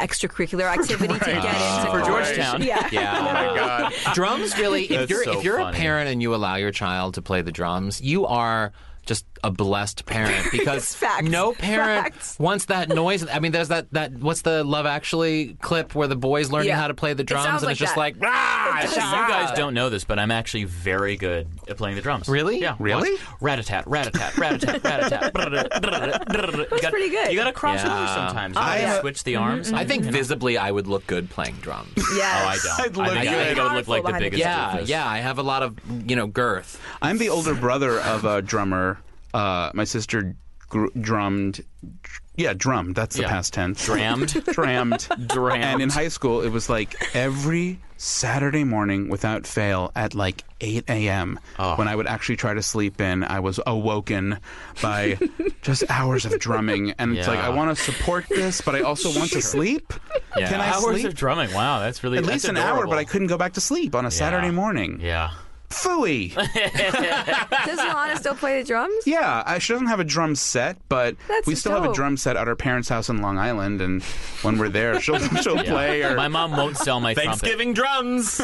[SPEAKER 5] extracurricular activity to get into
[SPEAKER 3] For
[SPEAKER 5] college.
[SPEAKER 3] Georgetown.
[SPEAKER 5] Yeah. (laughs)
[SPEAKER 4] Yeah.
[SPEAKER 1] God.
[SPEAKER 4] drums really if
[SPEAKER 3] That's
[SPEAKER 4] you're
[SPEAKER 3] so
[SPEAKER 4] if you're
[SPEAKER 3] funny.
[SPEAKER 4] a parent and you allow your child to play the drums, you are just a blessed parent
[SPEAKER 5] (laughs)
[SPEAKER 4] because
[SPEAKER 5] Facts.
[SPEAKER 4] no parent
[SPEAKER 5] Facts.
[SPEAKER 4] wants that noise. I mean, there's that that what's the Love Actually clip where the boy's learning
[SPEAKER 5] Yeah.
[SPEAKER 4] how to play the
[SPEAKER 5] It sounds
[SPEAKER 4] drums and
[SPEAKER 5] like
[SPEAKER 4] it's just
[SPEAKER 5] that.
[SPEAKER 4] like "Ah!" "Rah,
[SPEAKER 5] does.
[SPEAKER 4] shah."
[SPEAKER 3] You guys don't know this, but I'm actually very good at playing the drums.
[SPEAKER 4] Really?
[SPEAKER 3] Yeah.
[SPEAKER 2] Really?
[SPEAKER 3] once. Rat-a-tat, rat-a-tat,
[SPEAKER 5] (laughs)
[SPEAKER 3] rat-a-tat, rat-tat. That's
[SPEAKER 5] That's pretty good. Mm-hmm,
[SPEAKER 3] You got to cross
[SPEAKER 4] Yeah.
[SPEAKER 3] over sometimes. You
[SPEAKER 2] I,
[SPEAKER 3] gotta
[SPEAKER 2] uh,
[SPEAKER 3] switch the arms.
[SPEAKER 4] I think visibly I would look good playing drums.
[SPEAKER 3] Oh, I
[SPEAKER 5] Yes.
[SPEAKER 3] don't.
[SPEAKER 2] I'd
[SPEAKER 3] I
[SPEAKER 2] look
[SPEAKER 3] think I
[SPEAKER 2] good.
[SPEAKER 3] think I would look like the
[SPEAKER 5] Powerful
[SPEAKER 3] biggest
[SPEAKER 4] yeah,
[SPEAKER 3] doofus.
[SPEAKER 4] yeah, I have a lot of, you know, girth.
[SPEAKER 2] I'm the older brother of a drummer. Uh, my sister gr- drummed. Yeah, drummed. That's the
[SPEAKER 3] Yeah.
[SPEAKER 2] past tense.
[SPEAKER 3] Drammed?
[SPEAKER 2] (laughs) Drammed.
[SPEAKER 3] Drammed.
[SPEAKER 2] And in high school, it was like every Saturday morning without fail at like 8 a.m.
[SPEAKER 3] Oh.
[SPEAKER 2] When I would actually try to sleep in, I was awoken
[SPEAKER 3] (laughs)
[SPEAKER 2] by just hours of drumming. And it's like,
[SPEAKER 3] Yeah.
[SPEAKER 2] I want to support this, but I also want to sleep.
[SPEAKER 4] Yeah.
[SPEAKER 2] Can I
[SPEAKER 3] Hours
[SPEAKER 2] sleep?
[SPEAKER 3] of drumming. Wow, that's really
[SPEAKER 2] at
[SPEAKER 3] that's
[SPEAKER 2] least an hour,
[SPEAKER 3] adorable.
[SPEAKER 2] but I couldn't go back to sleep on a Saturday morning.
[SPEAKER 3] Yeah.
[SPEAKER 2] Phooey!
[SPEAKER 5] Does Johanna still play the drums?
[SPEAKER 2] Yeah, I, she doesn't have a drum set, but
[SPEAKER 5] That's
[SPEAKER 2] we still have a
[SPEAKER 5] dope.
[SPEAKER 2] drum set at her parents' house in Long Island, and when we're there, she'll she'll play. Or
[SPEAKER 3] My mom won't sell my trumpet.
[SPEAKER 4] Thanksgiving drums.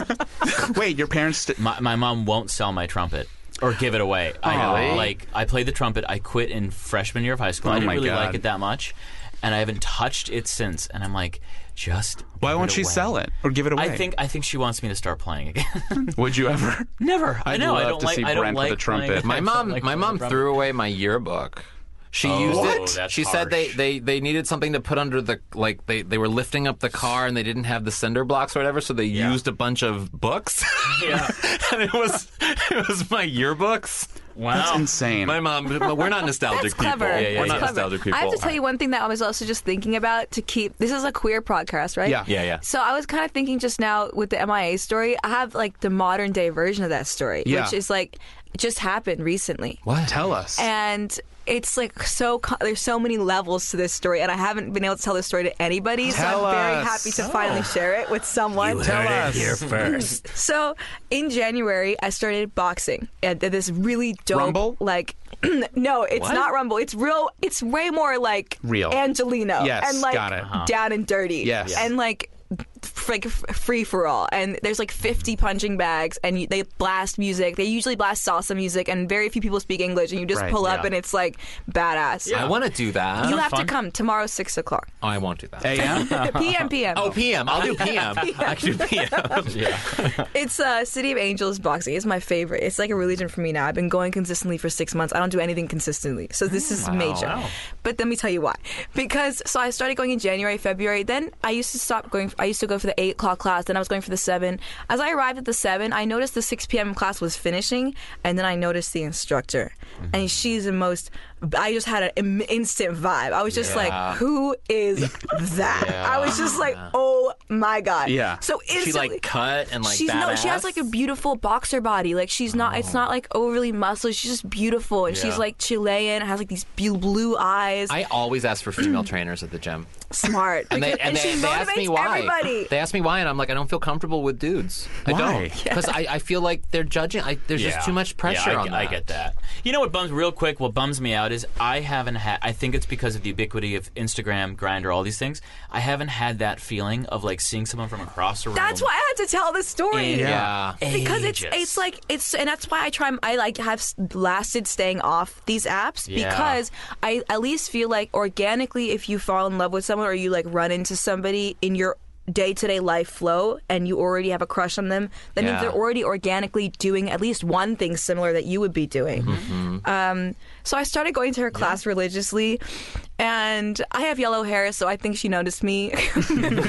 [SPEAKER 2] wait, your parents? St-
[SPEAKER 3] My, my mom won't sell my trumpet or give it away. I,
[SPEAKER 4] Really?
[SPEAKER 3] like I played the trumpet. I quit in freshman year of high school. I didn't
[SPEAKER 2] Oh my
[SPEAKER 3] really
[SPEAKER 2] God.
[SPEAKER 3] like it that much, and I haven't touched it since. And I'm like, just
[SPEAKER 2] why won't she sell it or give it away?
[SPEAKER 3] I think I think she wants me to start playing again. (laughs)
[SPEAKER 2] Would you ever?
[SPEAKER 3] Never. i
[SPEAKER 2] I'd
[SPEAKER 3] know. I
[SPEAKER 2] love
[SPEAKER 3] don't
[SPEAKER 2] to
[SPEAKER 3] like.
[SPEAKER 2] see
[SPEAKER 3] I don't
[SPEAKER 2] Brent with
[SPEAKER 3] like
[SPEAKER 2] a trumpet.
[SPEAKER 3] playing-
[SPEAKER 4] (laughs)
[SPEAKER 3] (laughs)
[SPEAKER 4] My
[SPEAKER 3] I don't
[SPEAKER 4] mom,
[SPEAKER 3] like
[SPEAKER 4] my
[SPEAKER 3] playing
[SPEAKER 4] mom
[SPEAKER 3] the trumpet.
[SPEAKER 4] threw away my yearbook. She
[SPEAKER 3] Oh,
[SPEAKER 4] used it.
[SPEAKER 3] that's
[SPEAKER 4] she said they,
[SPEAKER 3] harsh.
[SPEAKER 4] they they needed something to put under the like they, they were lifting up the car and they didn't have the cinder blocks or whatever, so they used a bunch of books. (laughs)
[SPEAKER 2] (laughs)
[SPEAKER 3] Yeah.
[SPEAKER 4] and it was it was my yearbooks.
[SPEAKER 3] Wow.
[SPEAKER 2] That's insane.
[SPEAKER 4] My mom, we're not nostalgic
[SPEAKER 5] That's
[SPEAKER 4] people.
[SPEAKER 5] clever.
[SPEAKER 3] Yeah, yeah,
[SPEAKER 4] we're
[SPEAKER 5] That's
[SPEAKER 4] not
[SPEAKER 5] clever.
[SPEAKER 4] nostalgic people.
[SPEAKER 5] I have to tell you one thing that I was also just thinking about to keep. This is a queer podcast, right?
[SPEAKER 2] Yeah.
[SPEAKER 4] Yeah, yeah.
[SPEAKER 5] So I was kind of thinking just now with the MIA story, I have like the modern day version of that story,
[SPEAKER 2] Yeah.
[SPEAKER 5] which is like it just happened recently.
[SPEAKER 4] What?
[SPEAKER 2] Tell us.
[SPEAKER 5] And it's like so co- there's so many levels to this story, and I haven't been able to tell this story to anybody.
[SPEAKER 2] Tell
[SPEAKER 5] so I'm very
[SPEAKER 2] us. Oh.
[SPEAKER 5] happy to finally share it with someone.
[SPEAKER 2] Tell us.
[SPEAKER 4] first.
[SPEAKER 5] So in January, I started boxing at this really dope
[SPEAKER 2] Rumble?
[SPEAKER 5] Like, (clears throat) no, it's
[SPEAKER 4] What?
[SPEAKER 5] not Rumble. It's real. It's way more like
[SPEAKER 2] Real.
[SPEAKER 5] Angelino.
[SPEAKER 2] Yes,
[SPEAKER 5] and like
[SPEAKER 2] got it. Uh-huh.
[SPEAKER 5] down and dirty.
[SPEAKER 2] Yes.
[SPEAKER 5] and like. f- Like f- free for all, and there's like 50 punching bags, and you, they blast music. They usually blast salsa music, and very few people speak English. And you just
[SPEAKER 2] Right,
[SPEAKER 5] pull up,
[SPEAKER 3] yeah.
[SPEAKER 5] and it's like badass.
[SPEAKER 4] I want to do that.
[SPEAKER 5] You
[SPEAKER 3] Sounds
[SPEAKER 5] have
[SPEAKER 3] fun.
[SPEAKER 5] to come tomorrow, six o'clock.
[SPEAKER 4] oh, I won't do that.
[SPEAKER 2] AM? (laughs)
[SPEAKER 5] PM, PM.
[SPEAKER 4] Oh, PM.
[SPEAKER 5] (laughs)
[SPEAKER 4] I'll do PM. I can
[SPEAKER 3] (laughs)
[SPEAKER 4] do PM.
[SPEAKER 5] It's uh, City of Angels boxing. It's my favorite. It's like a religion for me now. I've been going consistently for six months. I don't do anything consistently, so this is major. But let me tell you why. Because so I started going in January, February. Then I used to stop going. I used to go for the eight o'clock class. Then I was going for the seven. As I arrived at the seven, I noticed the six p.m. class was finishing, and then I noticed the instructor,
[SPEAKER 4] Mm-hmm.
[SPEAKER 5] and she's the most. I just had an im- instant vibe. I was just
[SPEAKER 4] Yeah.
[SPEAKER 5] like, "Who
[SPEAKER 4] (laughs)
[SPEAKER 5] is that?" I was just like, "Oh my god!"
[SPEAKER 2] Yeah.
[SPEAKER 5] So instantly,
[SPEAKER 4] She like cut and like
[SPEAKER 5] she's no, she has
[SPEAKER 4] badass? Oh.
[SPEAKER 5] like a beautiful boxer body. Like she's not, it's not like overly muscly. She's just beautiful, and
[SPEAKER 4] Yeah.
[SPEAKER 5] she's like Chilean. Has like these blue, blue eyes.
[SPEAKER 4] I always ask for female trainers at the gym,
[SPEAKER 5] Smart,
[SPEAKER 4] and they
[SPEAKER 5] Because-
[SPEAKER 4] and, they,
[SPEAKER 5] she
[SPEAKER 4] they ask me
[SPEAKER 5] motivates
[SPEAKER 4] why.
[SPEAKER 5] everybody.
[SPEAKER 4] They ask me why, and I'm like, I don't feel comfortable with dudes. I
[SPEAKER 2] Why?
[SPEAKER 3] (laughs)
[SPEAKER 4] don't because I, I feel like they're judging. I, there's
[SPEAKER 3] Yeah.
[SPEAKER 4] just too much pressure
[SPEAKER 3] Yeah, I,
[SPEAKER 4] on that.
[SPEAKER 3] I get that. You know what bums real quick? What bums me out is I haven't had. I think it's because of the ubiquity of Instagram, Grinder, all these things. I haven't had that feeling of like seeing someone from across the room.
[SPEAKER 5] That's why I had to tell this story.
[SPEAKER 3] in
[SPEAKER 4] Yeah.
[SPEAKER 5] because it's
[SPEAKER 3] ages.
[SPEAKER 5] it's like it's and that's why I try I like have s- lasted staying off these apps
[SPEAKER 3] Yeah.
[SPEAKER 5] because I at least feel like organically if you fall in love with someone or you like run into somebody in your day to day life flow and you already have a crush on them that
[SPEAKER 4] Yeah.
[SPEAKER 5] means they're already organically doing at least one thing similar that you would be doing.
[SPEAKER 3] Mm-hmm.
[SPEAKER 5] Um, so I started going to her class religiously. And I have yellow hair, so I think she noticed me. (laughs)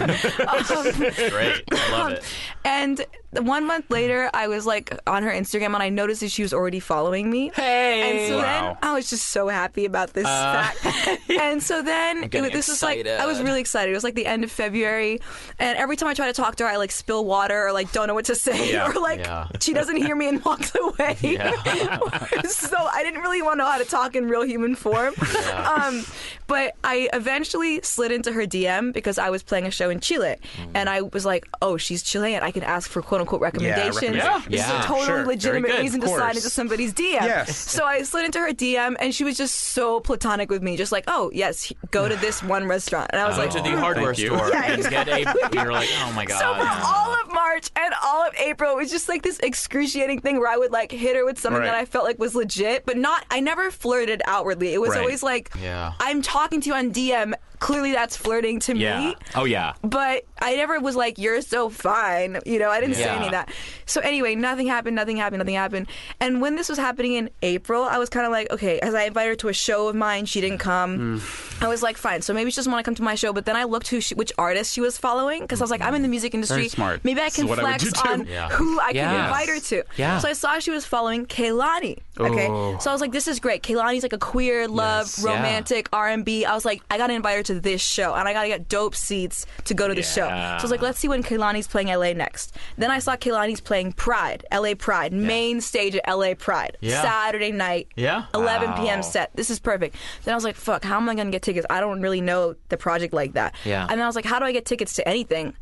[SPEAKER 5] Um,
[SPEAKER 3] great. I love it.
[SPEAKER 5] and one month later, I was like on her Instagram, and I noticed that she was already following me.
[SPEAKER 4] Hey.
[SPEAKER 5] And so
[SPEAKER 2] Wow. Uh,
[SPEAKER 5] then I was just so happy about this
[SPEAKER 2] (laughs)
[SPEAKER 5] fact. and so then it,
[SPEAKER 3] getting
[SPEAKER 5] was- this was like I was
[SPEAKER 3] excited.
[SPEAKER 5] really excited. It was like the end of February, and every time I try to talk to her, I like spill water or like don't know what to say
[SPEAKER 2] Yeah.
[SPEAKER 5] or like
[SPEAKER 3] Yeah.
[SPEAKER 5] she doesn't hear me and walks
[SPEAKER 2] (laughs)
[SPEAKER 5] away. (laughs) so I didn't really want to know how to talk in real human form. Um, but I eventually slid into her DM because I was playing a show in Chile,
[SPEAKER 2] Mm.
[SPEAKER 5] and I was like, "Oh, she's Chilean. I can ask for quote unquote recommendations.
[SPEAKER 2] recommendation.
[SPEAKER 5] This
[SPEAKER 4] Yeah,
[SPEAKER 5] is a totally
[SPEAKER 2] sure. Very
[SPEAKER 5] legitimate
[SPEAKER 2] good,
[SPEAKER 5] reason
[SPEAKER 2] of
[SPEAKER 5] to slide
[SPEAKER 2] course.
[SPEAKER 5] into somebody's DM."
[SPEAKER 2] Yes.
[SPEAKER 5] So I slid into her DM, and she was just so platonic with me, just like, "Oh, yes, he- go to this one restaurant." And I was
[SPEAKER 3] Go
[SPEAKER 5] like,
[SPEAKER 3] to the
[SPEAKER 4] Oh,
[SPEAKER 3] hardware
[SPEAKER 2] you.
[SPEAKER 3] store
[SPEAKER 5] Yeah,
[SPEAKER 3] and get a. You're like, oh my god.
[SPEAKER 5] so for all of March and all of April, it was just like this excruciating thing where I would like hit her with something
[SPEAKER 2] Right.
[SPEAKER 5] that I felt like was legit, but not. I never flirted outwardly. It was
[SPEAKER 2] Right.
[SPEAKER 5] always like,
[SPEAKER 3] Yeah.
[SPEAKER 5] I'm talking to you on DM. Clearly, that's flirting to
[SPEAKER 4] Yeah.
[SPEAKER 5] me.
[SPEAKER 4] Oh yeah.
[SPEAKER 5] But I never was like, you're so fine. You know, I didn't say
[SPEAKER 4] Yeah.
[SPEAKER 5] any of that. So anyway, nothing happened, nothing happened, nothing happened. And when this was happening in April, I was kind of like, okay, as I invited her to a show of mine, she didn't come.
[SPEAKER 2] Mm.
[SPEAKER 5] I was like, fine. So maybe she doesn't want to come to my show. But then I looked who she, which artist she was following because I was like, I'm in the music industry.
[SPEAKER 2] Very smart.
[SPEAKER 5] Maybe I
[SPEAKER 2] This is
[SPEAKER 5] can
[SPEAKER 2] what I would
[SPEAKER 5] flex
[SPEAKER 2] do, too.
[SPEAKER 5] on
[SPEAKER 3] Yeah.
[SPEAKER 5] who I can
[SPEAKER 4] Yes.
[SPEAKER 5] invite her to.
[SPEAKER 4] Yeah.
[SPEAKER 5] So I saw she was following Kaylani. Okay.
[SPEAKER 2] Oh.
[SPEAKER 5] So I was like, this is great. Kaylani's like a queer, love,
[SPEAKER 4] Yes. Yeah.
[SPEAKER 5] romantic R&B. I was like, I got to invite her to this show, and I got to get dope seats to go to the show. So I was like, let's see when Kehlani's playing LA next. Then I saw Kehlani's playing Pride, LA Pride, main stage at LA Pride,
[SPEAKER 3] Yeah.
[SPEAKER 5] Saturday night,
[SPEAKER 3] Yeah.
[SPEAKER 5] 11
[SPEAKER 4] Wow.
[SPEAKER 5] p.m. set. This is perfect. Then I was like, fuck, how am I gonna get tickets? I don't really know the project like that.
[SPEAKER 4] Yeah.
[SPEAKER 5] And then I was like, how do I get tickets to anything?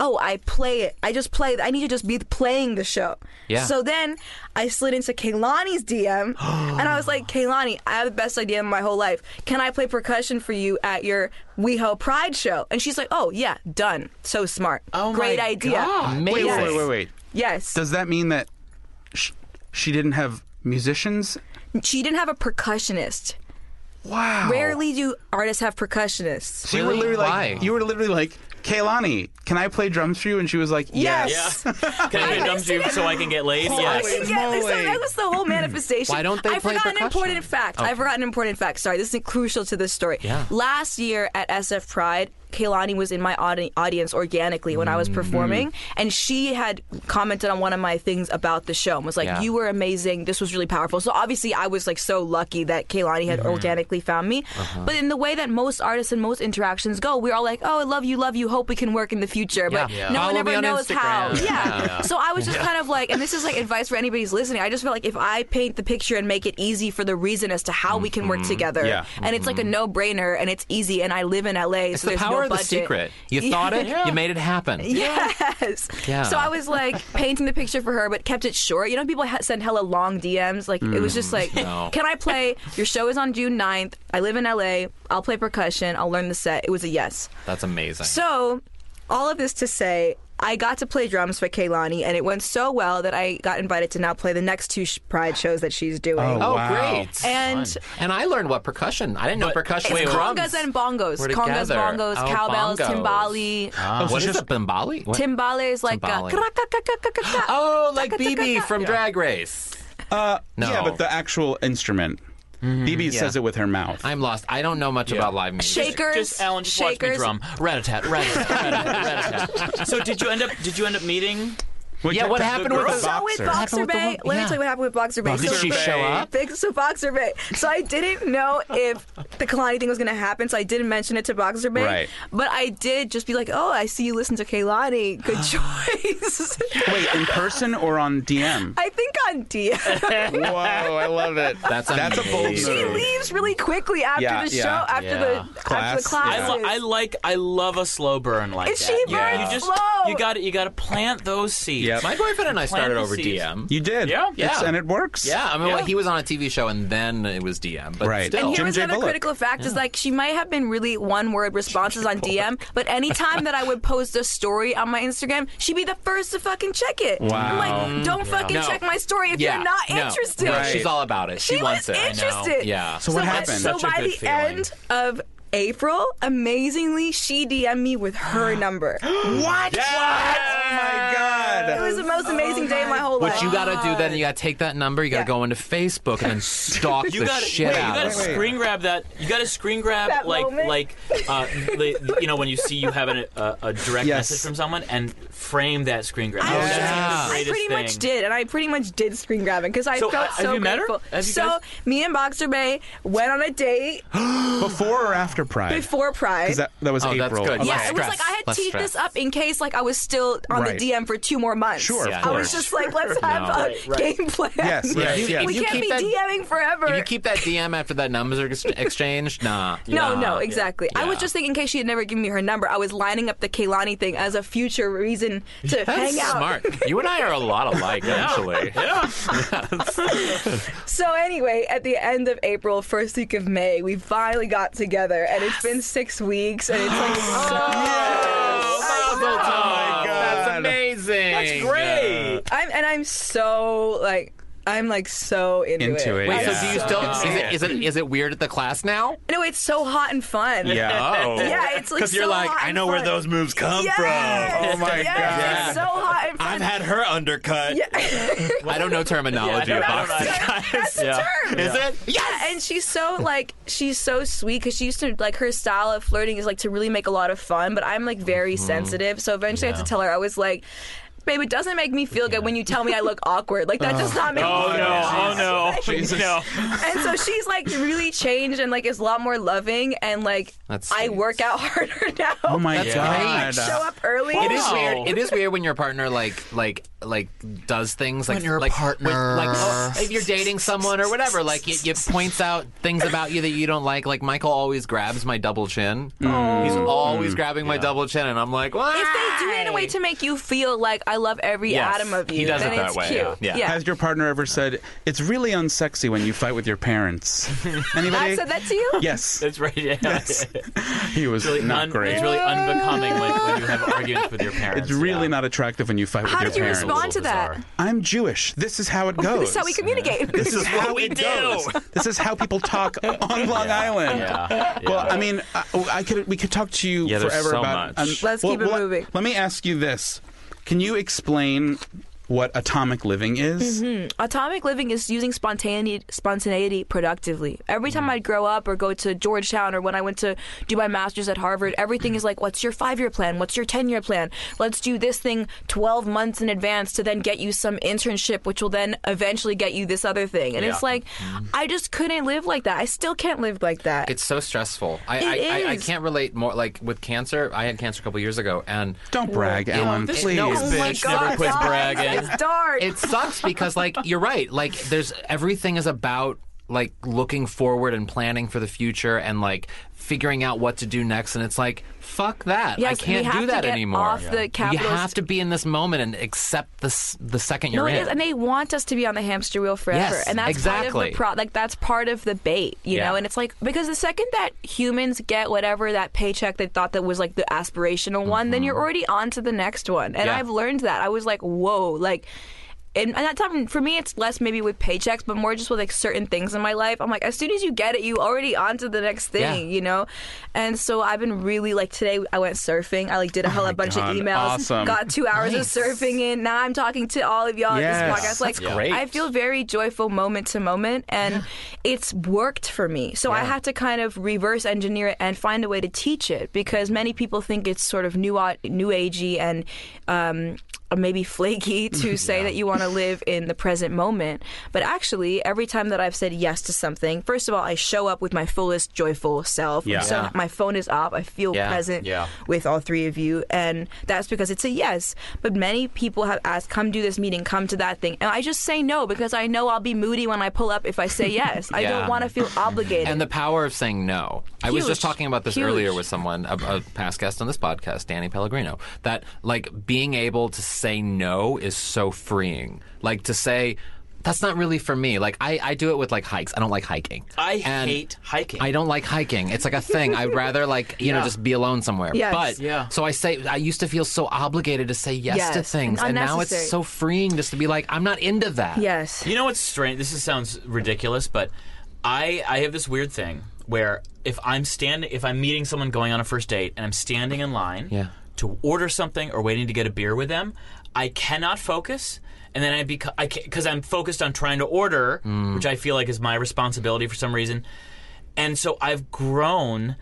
[SPEAKER 5] Oh, I play it. I just play. I need to just be playing the show.
[SPEAKER 4] Yeah.
[SPEAKER 5] So then I slid into Kaylani's DM and I was
[SPEAKER 3] (gasps)
[SPEAKER 5] like, Kaylani, I have the best idea in my whole life. Can I play percussion for you at your WeHo Pride show? And she's like, Oh yeah, done. So smart.
[SPEAKER 3] Oh my
[SPEAKER 5] Great idea.
[SPEAKER 3] God.
[SPEAKER 4] Amazing.
[SPEAKER 2] Wait, wait, wait, wait.
[SPEAKER 5] Yes.
[SPEAKER 2] Does that mean that sh- she didn't have musicians?
[SPEAKER 5] she didn't have a percussionist.
[SPEAKER 2] Wow.
[SPEAKER 3] Oh.
[SPEAKER 5] Rarely do artists have percussionists.
[SPEAKER 2] So you were
[SPEAKER 4] Really?
[SPEAKER 2] literally
[SPEAKER 4] Why?
[SPEAKER 2] like, you were literally like, Kaylani, can I play drums for you? And she was like, Yes.
[SPEAKER 3] Yeah. (laughs)
[SPEAKER 5] Yes.
[SPEAKER 3] Can I get drums to you so I can get laid? Yes.
[SPEAKER 5] Yeah, so
[SPEAKER 2] moly.
[SPEAKER 5] that was the whole manifestation.
[SPEAKER 4] Why don't they
[SPEAKER 5] I
[SPEAKER 4] play
[SPEAKER 5] forgot an
[SPEAKER 4] percussion? Oh.
[SPEAKER 5] important fact. I forgot an important fact. Sorry, this is crucial to this story.
[SPEAKER 3] Yeah.
[SPEAKER 5] Last year at SF Pride, Kaylani was in my audi- audience organically when I
[SPEAKER 4] Mm.
[SPEAKER 5] was performing, and she had commented on one of my things about the show and was like,
[SPEAKER 4] Yeah.
[SPEAKER 5] "You were amazing. This was really powerful." So obviously, I was like so lucky that Kaylani
[SPEAKER 4] Mm-hmm.
[SPEAKER 5] had organically found me.
[SPEAKER 4] Uh-huh.
[SPEAKER 5] But in the way that most artists and most interactions go, we're all like, "Oh, I love you, love you. Hope we can work in the future." But
[SPEAKER 4] Yeah.
[SPEAKER 5] no
[SPEAKER 4] Follow
[SPEAKER 5] one
[SPEAKER 4] me
[SPEAKER 5] ever
[SPEAKER 4] on
[SPEAKER 5] knows how.
[SPEAKER 4] Instagram.
[SPEAKER 5] Yeah.
[SPEAKER 4] (laughs) Yeah.
[SPEAKER 5] So I was just kind of like, and this is like advice for anybody who's listening. I just felt like if I paint the picture and make it easy for the reason as to how we can work
[SPEAKER 4] Mm-hmm.
[SPEAKER 5] together,
[SPEAKER 2] Yeah.
[SPEAKER 5] and it's like a no brainer and it's easy, and I live in LA,
[SPEAKER 4] It's
[SPEAKER 5] so
[SPEAKER 4] the
[SPEAKER 5] there's
[SPEAKER 4] power
[SPEAKER 5] no
[SPEAKER 4] of the
[SPEAKER 5] budget. (laughs)
[SPEAKER 4] secret. You thought it, you made it happen.
[SPEAKER 5] Yes.
[SPEAKER 4] Yeah.
[SPEAKER 5] So I was like painting the picture for her, but kept it short. You know, people ha- send hella long DMs. Like it was just like,
[SPEAKER 4] Mm. no.
[SPEAKER 5] can I play? Your show is on June 9th. I live in LA. I'll play percussion. I'll learn the set. It was a yes.
[SPEAKER 4] That's amazing.
[SPEAKER 5] So, all of this to say, I got to play drums for Kaylani, and it went so well that I got invited to now play the next two sh- Pride shows that she's doing.
[SPEAKER 2] Oh.
[SPEAKER 4] oh,
[SPEAKER 2] Wow.
[SPEAKER 4] great.
[SPEAKER 5] And
[SPEAKER 4] And I learned what percussion. I didn't know
[SPEAKER 3] But-
[SPEAKER 4] percussion.
[SPEAKER 3] Wait,
[SPEAKER 4] was
[SPEAKER 3] wait,
[SPEAKER 4] drums.
[SPEAKER 5] congas and bongos,
[SPEAKER 4] We're
[SPEAKER 5] congas,
[SPEAKER 4] together.
[SPEAKER 5] bongos,
[SPEAKER 4] Oh,
[SPEAKER 5] cowbells,
[SPEAKER 4] bongos.
[SPEAKER 5] timbali.
[SPEAKER 4] Uh, what
[SPEAKER 3] Oh, so
[SPEAKER 4] is
[SPEAKER 3] just-
[SPEAKER 4] a bimbali? What?
[SPEAKER 5] Timbali is like
[SPEAKER 4] Timbali.
[SPEAKER 5] a.
[SPEAKER 4] oh, like BB from Drag Race.
[SPEAKER 2] Uh,
[SPEAKER 4] No.
[SPEAKER 2] Yeah, but the actual instrument. BB says it with her mouth.
[SPEAKER 4] I'm lost. I don't know much about live music.
[SPEAKER 5] Shakers,
[SPEAKER 3] Just Alan, just watch me
[SPEAKER 5] shakers.
[SPEAKER 3] drum. Rat-a-tat, rat-a-tat, rat-a-tat,
[SPEAKER 5] (laughs)
[SPEAKER 3] rat-a-tat. So did you end up? Did you end up meeting?
[SPEAKER 2] Well,
[SPEAKER 4] Yeah,
[SPEAKER 2] the-
[SPEAKER 4] what
[SPEAKER 2] the
[SPEAKER 4] happened with
[SPEAKER 2] girl
[SPEAKER 4] the-
[SPEAKER 5] So with
[SPEAKER 2] boxer.
[SPEAKER 4] Happened
[SPEAKER 5] Boxer
[SPEAKER 4] with the
[SPEAKER 5] Bay,
[SPEAKER 4] wo-
[SPEAKER 5] let me
[SPEAKER 4] yeah.
[SPEAKER 5] tell you what happened with Boxer Bay.
[SPEAKER 4] Did
[SPEAKER 5] So-
[SPEAKER 4] she show up?
[SPEAKER 5] Big so Boxer Bay. So I didn't know if the Kalani thing was going to happen, so I didn't mention it to Boxer Bay.
[SPEAKER 2] Right.
[SPEAKER 5] But I did just be like, oh, I see you listen to Kalani.
[SPEAKER 4] (sighs)
[SPEAKER 5] Good choice. (laughs)
[SPEAKER 2] Wait, in person or on DM?
[SPEAKER 5] I think on (laughs) DM.
[SPEAKER 2] (laughs) Whoa, I love it.
[SPEAKER 4] That's
[SPEAKER 2] That's a bold
[SPEAKER 4] amazing.
[SPEAKER 5] she
[SPEAKER 2] move.
[SPEAKER 5] leaves really quickly after
[SPEAKER 2] Yeah,
[SPEAKER 5] the
[SPEAKER 2] yeah,
[SPEAKER 5] show, after
[SPEAKER 3] yeah.
[SPEAKER 5] the
[SPEAKER 2] Class,
[SPEAKER 5] after the classes.
[SPEAKER 3] I, lo- I like. I love a slow burn like
[SPEAKER 5] And
[SPEAKER 3] that.
[SPEAKER 5] she
[SPEAKER 3] Yeah.
[SPEAKER 5] burns
[SPEAKER 3] You just.
[SPEAKER 5] slow.
[SPEAKER 3] You got You got to plant those seeds.
[SPEAKER 2] Yep.
[SPEAKER 4] My boyfriend and I started over
[SPEAKER 3] Plant the seeds.
[SPEAKER 4] DM.
[SPEAKER 2] You did.
[SPEAKER 3] Yeah.
[SPEAKER 2] It's-
[SPEAKER 4] Yeah.
[SPEAKER 2] and it works.
[SPEAKER 4] Yeah, I mean,
[SPEAKER 3] Yeah.
[SPEAKER 4] well, he was on a TV show and then it was DM. But
[SPEAKER 2] Right.
[SPEAKER 4] still.
[SPEAKER 5] And here
[SPEAKER 2] Jim
[SPEAKER 5] was
[SPEAKER 2] J.
[SPEAKER 5] another
[SPEAKER 2] Bullock.
[SPEAKER 5] critical fact is like she might have been really one word responses on DM, but anytime that I would post a story on my Instagram, she'd be the first to fucking check it.
[SPEAKER 2] Wow.
[SPEAKER 5] I'm like, don't fucking
[SPEAKER 4] No.
[SPEAKER 5] check my story if
[SPEAKER 4] yeah,
[SPEAKER 5] you're not
[SPEAKER 4] no.
[SPEAKER 5] interested.
[SPEAKER 4] No,
[SPEAKER 2] Right.
[SPEAKER 4] She's all about it. She,
[SPEAKER 5] She
[SPEAKER 4] wants
[SPEAKER 5] was
[SPEAKER 4] it.
[SPEAKER 5] interested.
[SPEAKER 4] Yeah.
[SPEAKER 2] So what
[SPEAKER 5] by-
[SPEAKER 2] happened?
[SPEAKER 5] So
[SPEAKER 3] Such a
[SPEAKER 5] by
[SPEAKER 3] good
[SPEAKER 5] the
[SPEAKER 3] feeling.
[SPEAKER 5] end of April, amazingly, she DM'd me with her number.
[SPEAKER 2] What?
[SPEAKER 5] It
[SPEAKER 2] Oh my god.
[SPEAKER 5] was the most amazing day of my whole
[SPEAKER 4] What
[SPEAKER 5] life.
[SPEAKER 4] you gotta do then, you gotta take that number, you gotta
[SPEAKER 5] Yeah.
[SPEAKER 4] go into Facebook and
[SPEAKER 2] (laughs)
[SPEAKER 4] then stalk
[SPEAKER 3] You
[SPEAKER 4] the
[SPEAKER 3] got to
[SPEAKER 4] shit
[SPEAKER 3] wait, you
[SPEAKER 4] out
[SPEAKER 3] got to
[SPEAKER 4] of it.
[SPEAKER 2] wait.
[SPEAKER 3] screen grab that. You got to screen grab
[SPEAKER 5] That
[SPEAKER 3] like
[SPEAKER 5] moment.
[SPEAKER 3] like uh, the, you know when you see you have an, a, a direct
[SPEAKER 2] Yes.
[SPEAKER 3] message from someone and frame that screen grab.
[SPEAKER 5] I,
[SPEAKER 3] That's
[SPEAKER 5] was-
[SPEAKER 3] the
[SPEAKER 5] I
[SPEAKER 3] greatest
[SPEAKER 5] pretty
[SPEAKER 3] thing.
[SPEAKER 5] much did, and I pretty much did screen grabbing because I
[SPEAKER 3] So,
[SPEAKER 5] felt
[SPEAKER 3] uh, have
[SPEAKER 5] so
[SPEAKER 3] you met her?
[SPEAKER 5] grateful.
[SPEAKER 3] Have you
[SPEAKER 5] so
[SPEAKER 3] guys-
[SPEAKER 5] me and Boxer Bay went on a date
[SPEAKER 2] Before or after Pride?
[SPEAKER 5] before Pride.
[SPEAKER 2] Because that, that was
[SPEAKER 4] Oh, that's
[SPEAKER 2] April.
[SPEAKER 4] good.
[SPEAKER 2] Okay.
[SPEAKER 5] Yeah,
[SPEAKER 4] Less
[SPEAKER 5] it was
[SPEAKER 4] stress.
[SPEAKER 5] like I had
[SPEAKER 4] Less
[SPEAKER 5] teed
[SPEAKER 4] stress.
[SPEAKER 5] this up in case like I was still on
[SPEAKER 2] Right.
[SPEAKER 5] the DM for two more months.
[SPEAKER 2] Sure, of
[SPEAKER 5] I was
[SPEAKER 2] course.
[SPEAKER 5] just like, let's have
[SPEAKER 4] No.
[SPEAKER 5] a
[SPEAKER 3] Right, right.
[SPEAKER 5] game plan.
[SPEAKER 2] Yes, yes,
[SPEAKER 4] If you-
[SPEAKER 2] yes.
[SPEAKER 4] if
[SPEAKER 5] We
[SPEAKER 4] you
[SPEAKER 5] can't
[SPEAKER 4] keep
[SPEAKER 5] be
[SPEAKER 4] that-
[SPEAKER 5] DMing forever.
[SPEAKER 4] If you keep that DM after that numbers are
[SPEAKER 5] (laughs)
[SPEAKER 4] ex- exchanged, nah.
[SPEAKER 5] no,
[SPEAKER 4] nah.
[SPEAKER 5] no, exactly. I was
[SPEAKER 4] Yeah.
[SPEAKER 5] just thinking, in case she had never given me her number, I was lining up the Kaylani thing as a future reason to
[SPEAKER 4] That's
[SPEAKER 5] hang out.
[SPEAKER 4] smart. You and I are a lot
[SPEAKER 2] (laughs)
[SPEAKER 4] alike, actually.
[SPEAKER 3] Yeah.
[SPEAKER 5] So anyway, at the end of April, first week of May, we finally got together, and it's been six weeks, and it's like so.
[SPEAKER 4] Full
[SPEAKER 2] Oh,
[SPEAKER 4] time.
[SPEAKER 2] my God.
[SPEAKER 4] That's amazing. That's
[SPEAKER 3] Great.
[SPEAKER 5] I'm and I'm so like I'm like so into,
[SPEAKER 2] Into it,
[SPEAKER 5] Like,
[SPEAKER 4] Wait,
[SPEAKER 2] Yeah.
[SPEAKER 4] so do you still? Is it, is it is it weird at the class now?
[SPEAKER 5] No, it's so hot and fun.
[SPEAKER 2] Yeah.
[SPEAKER 4] Oh,
[SPEAKER 5] Yeah, it's like
[SPEAKER 6] Because you're
[SPEAKER 5] so
[SPEAKER 6] like,
[SPEAKER 5] hot
[SPEAKER 6] I
[SPEAKER 5] and
[SPEAKER 6] know where
[SPEAKER 5] fun.
[SPEAKER 6] those moves come
[SPEAKER 5] Yes!
[SPEAKER 6] from.
[SPEAKER 2] Oh my
[SPEAKER 5] yes,
[SPEAKER 2] God.
[SPEAKER 5] It's so hot and
[SPEAKER 6] I've
[SPEAKER 5] fun.
[SPEAKER 6] had her undercut.
[SPEAKER 5] (laughs)
[SPEAKER 6] (laughs)
[SPEAKER 4] I don't know terminology
[SPEAKER 3] Yeah, I
[SPEAKER 4] about
[SPEAKER 3] don't know.
[SPEAKER 4] that.
[SPEAKER 5] That's the
[SPEAKER 3] Yeah.
[SPEAKER 5] term.
[SPEAKER 4] Is it?
[SPEAKER 5] Yeah, and she's so like she's so sweet because she used to like her style of flirting is like to really make a lot of fun, but I'm like very
[SPEAKER 4] Mm-hmm.
[SPEAKER 5] sensitive, so eventually I had to tell her I was like, babe, it doesn't make me feel good when you tell me I look awkward. Like that does not make me
[SPEAKER 3] Oh no!
[SPEAKER 5] feel good.
[SPEAKER 3] Oh no!
[SPEAKER 2] Jesus.
[SPEAKER 3] No.
[SPEAKER 5] And so she's like really changed and like is a lot more loving and like
[SPEAKER 4] That's
[SPEAKER 5] I
[SPEAKER 4] sweet.
[SPEAKER 5] work out (laughs) harder now.
[SPEAKER 2] Oh my
[SPEAKER 4] That's
[SPEAKER 5] I
[SPEAKER 2] god.
[SPEAKER 4] great.
[SPEAKER 5] show up early.
[SPEAKER 4] It is
[SPEAKER 3] Wow.
[SPEAKER 4] weird. It is weird when your partner like like like does things like
[SPEAKER 3] When you're a
[SPEAKER 4] like,
[SPEAKER 3] partner.
[SPEAKER 4] when- like
[SPEAKER 6] (laughs)
[SPEAKER 4] oh, if you're dating someone or whatever, like it, it points out things about you that you don't like. Like Michael always grabs my double chin.
[SPEAKER 6] Mm.
[SPEAKER 4] He's always grabbing my double chin, and I'm like, why?
[SPEAKER 5] If they do it in a way to make you feel like I love every
[SPEAKER 4] Yes.
[SPEAKER 5] atom of you,
[SPEAKER 4] He does
[SPEAKER 5] then
[SPEAKER 4] it that
[SPEAKER 5] it's
[SPEAKER 4] way,
[SPEAKER 5] cute.
[SPEAKER 4] yeah. Yeah.
[SPEAKER 2] Has your partner ever said it's really unsexy when you fight with your parents? Anybody?
[SPEAKER 5] I said that to you.
[SPEAKER 3] (laughs)
[SPEAKER 2] Yes,
[SPEAKER 3] That's right. Yeah.
[SPEAKER 2] he was
[SPEAKER 3] Really
[SPEAKER 2] not
[SPEAKER 3] un-
[SPEAKER 2] great.
[SPEAKER 3] It's really unbecoming when, when you have arguments with your parents.
[SPEAKER 2] It's really
[SPEAKER 3] yeah.
[SPEAKER 2] not attractive when you fight with
[SPEAKER 5] How
[SPEAKER 2] your
[SPEAKER 5] did you
[SPEAKER 2] parents.
[SPEAKER 5] respond on to that.
[SPEAKER 3] bizarre.
[SPEAKER 2] I'm Jewish. This is how it goes.
[SPEAKER 5] This is how we communicate.
[SPEAKER 2] This is
[SPEAKER 3] what
[SPEAKER 2] how
[SPEAKER 3] we
[SPEAKER 2] it
[SPEAKER 3] do.
[SPEAKER 2] goes. This is how people talk on Long Island.
[SPEAKER 3] yeah,
[SPEAKER 2] Well,
[SPEAKER 3] yeah.
[SPEAKER 2] I mean, I, I could we could talk to you
[SPEAKER 6] Yeah, there's
[SPEAKER 2] forever
[SPEAKER 6] so
[SPEAKER 2] about.
[SPEAKER 6] much.
[SPEAKER 5] Let's keep it
[SPEAKER 2] let-
[SPEAKER 5] moving.
[SPEAKER 2] Let me ask you this: Can you explain what atomic living is?
[SPEAKER 5] Mm-hmm. Atomic living is using spontaneity, spontaneity productively. Every
[SPEAKER 4] Mm-hmm.
[SPEAKER 5] time I'd grow up or go to Georgetown or when I went to do my master's at Harvard, everything is like, what's your five year plan? What's your 10 year plan? Let's do this thing 12 months in advance to then get you some internship, which will then eventually get you this other thing. And
[SPEAKER 3] Yeah.
[SPEAKER 5] it's like, I just couldn't live like that. I still can't live like that.
[SPEAKER 4] Mm-hmm. It's so stressful. I,
[SPEAKER 5] It
[SPEAKER 4] I, I, I
[SPEAKER 5] is.
[SPEAKER 4] can't relate more. Like with cancer, I had cancer a couple years ago, and
[SPEAKER 2] Don't brag, Alan.
[SPEAKER 3] this-
[SPEAKER 2] please.
[SPEAKER 3] no,
[SPEAKER 5] oh my
[SPEAKER 3] bitch,
[SPEAKER 5] God,
[SPEAKER 3] never quit
[SPEAKER 5] guys,
[SPEAKER 3] bragging.
[SPEAKER 5] It's dark.
[SPEAKER 4] it sucks because like you're right. Like there's everything is about like looking forward and planning for the future and like figuring out what to do next. And it's like fuck that.
[SPEAKER 5] Yes,
[SPEAKER 4] I
[SPEAKER 5] we
[SPEAKER 4] can't
[SPEAKER 5] have
[SPEAKER 4] do
[SPEAKER 5] to
[SPEAKER 4] that
[SPEAKER 5] get
[SPEAKER 4] anymore.
[SPEAKER 5] off the
[SPEAKER 4] You
[SPEAKER 5] capitalist-
[SPEAKER 4] have to be in this moment and accept this the second
[SPEAKER 5] No,
[SPEAKER 4] you're
[SPEAKER 5] it
[SPEAKER 4] in.
[SPEAKER 5] is, and they want us to be on the hamster wheel forever,
[SPEAKER 4] Yes,
[SPEAKER 5] and that's part
[SPEAKER 4] exactly.
[SPEAKER 5] of the pro- like that's part of the bait, you
[SPEAKER 3] Yeah.
[SPEAKER 5] know. And it's like because the second that humans get whatever that paycheck they thought that was like the aspirational one, then you're already on to the next one. And
[SPEAKER 4] Mm-hmm. Yeah.
[SPEAKER 5] I've learned that. I was like, whoa, like. And, and that's something for me. It's less maybe with paychecks, but more just with like certain things in my life. I'm like, as soon as you get it, you already on to the next thing,
[SPEAKER 4] Yeah.
[SPEAKER 5] you know. And so I've been really like today. I went surfing. I like
[SPEAKER 4] Oh
[SPEAKER 5] did a hell
[SPEAKER 2] my
[SPEAKER 5] of a bunch
[SPEAKER 2] God,
[SPEAKER 5] of emails.
[SPEAKER 2] awesome.
[SPEAKER 5] Got two hours
[SPEAKER 4] Nice.
[SPEAKER 5] of surfing in. Now I'm talking to all of y'all on
[SPEAKER 2] Yes.
[SPEAKER 5] this podcast. Like,
[SPEAKER 2] That's great.
[SPEAKER 5] I feel very joyful moment to moment, and it's worked for me. So I had to kind of reverse engineer it and find a way to teach it because many people think it's sort of new, new agey and um, maybe
[SPEAKER 2] (laughs)
[SPEAKER 5] flaky to say that you want to live in the present moment. But actually, every time that I've said yes to something, first of all, I show up with my fullest joyful self.
[SPEAKER 2] Yeah.
[SPEAKER 5] So
[SPEAKER 2] Yeah.
[SPEAKER 5] my phone is up. I feel
[SPEAKER 4] Yeah.
[SPEAKER 5] present
[SPEAKER 3] Yeah.
[SPEAKER 5] with all three of you and that's because it's a yes but many people have asked come do this meeting come to that thing and i just say no because i know i'll be moody when i pull up if i say yes i
[SPEAKER 4] Yeah.
[SPEAKER 5] don't want to feel obligated
[SPEAKER 4] And the power of saying no. I was just
[SPEAKER 5] Huge.
[SPEAKER 4] talking about this
[SPEAKER 5] Huge.
[SPEAKER 4] earlier with someone, a, a past guest on this podcast, Danny Pellegrino, that like being able to say no is so freeing. Like to say, that's not really for me. Like I, I do it with like hikes. I don't like hiking.
[SPEAKER 3] I
[SPEAKER 4] And
[SPEAKER 3] hate hiking.
[SPEAKER 4] I don't like hiking. It's like a thing.
[SPEAKER 3] (laughs)
[SPEAKER 4] I'd rather like you know
[SPEAKER 3] Yeah.
[SPEAKER 4] just be alone somewhere.
[SPEAKER 5] Yes.
[SPEAKER 4] But
[SPEAKER 3] Yeah.
[SPEAKER 4] so I say I used to feel so obligated to say yes, to
[SPEAKER 5] Yes.
[SPEAKER 4] things, and now it's
[SPEAKER 5] Unnecessary.
[SPEAKER 4] so freeing just to be like I'm not into that.
[SPEAKER 5] yes
[SPEAKER 3] You know what's strange? This is, sounds ridiculous, but I I have this weird thing where if I'm standing, if I'm meeting someone going on a first date, and I'm standing in line
[SPEAKER 4] Yeah.
[SPEAKER 3] to order something or waiting to get a beer with them, I cannot focus. And then I become I because I'm focused on trying to order,
[SPEAKER 5] Mm.
[SPEAKER 3] which I feel like is my responsibility for some reason. And so I've grown.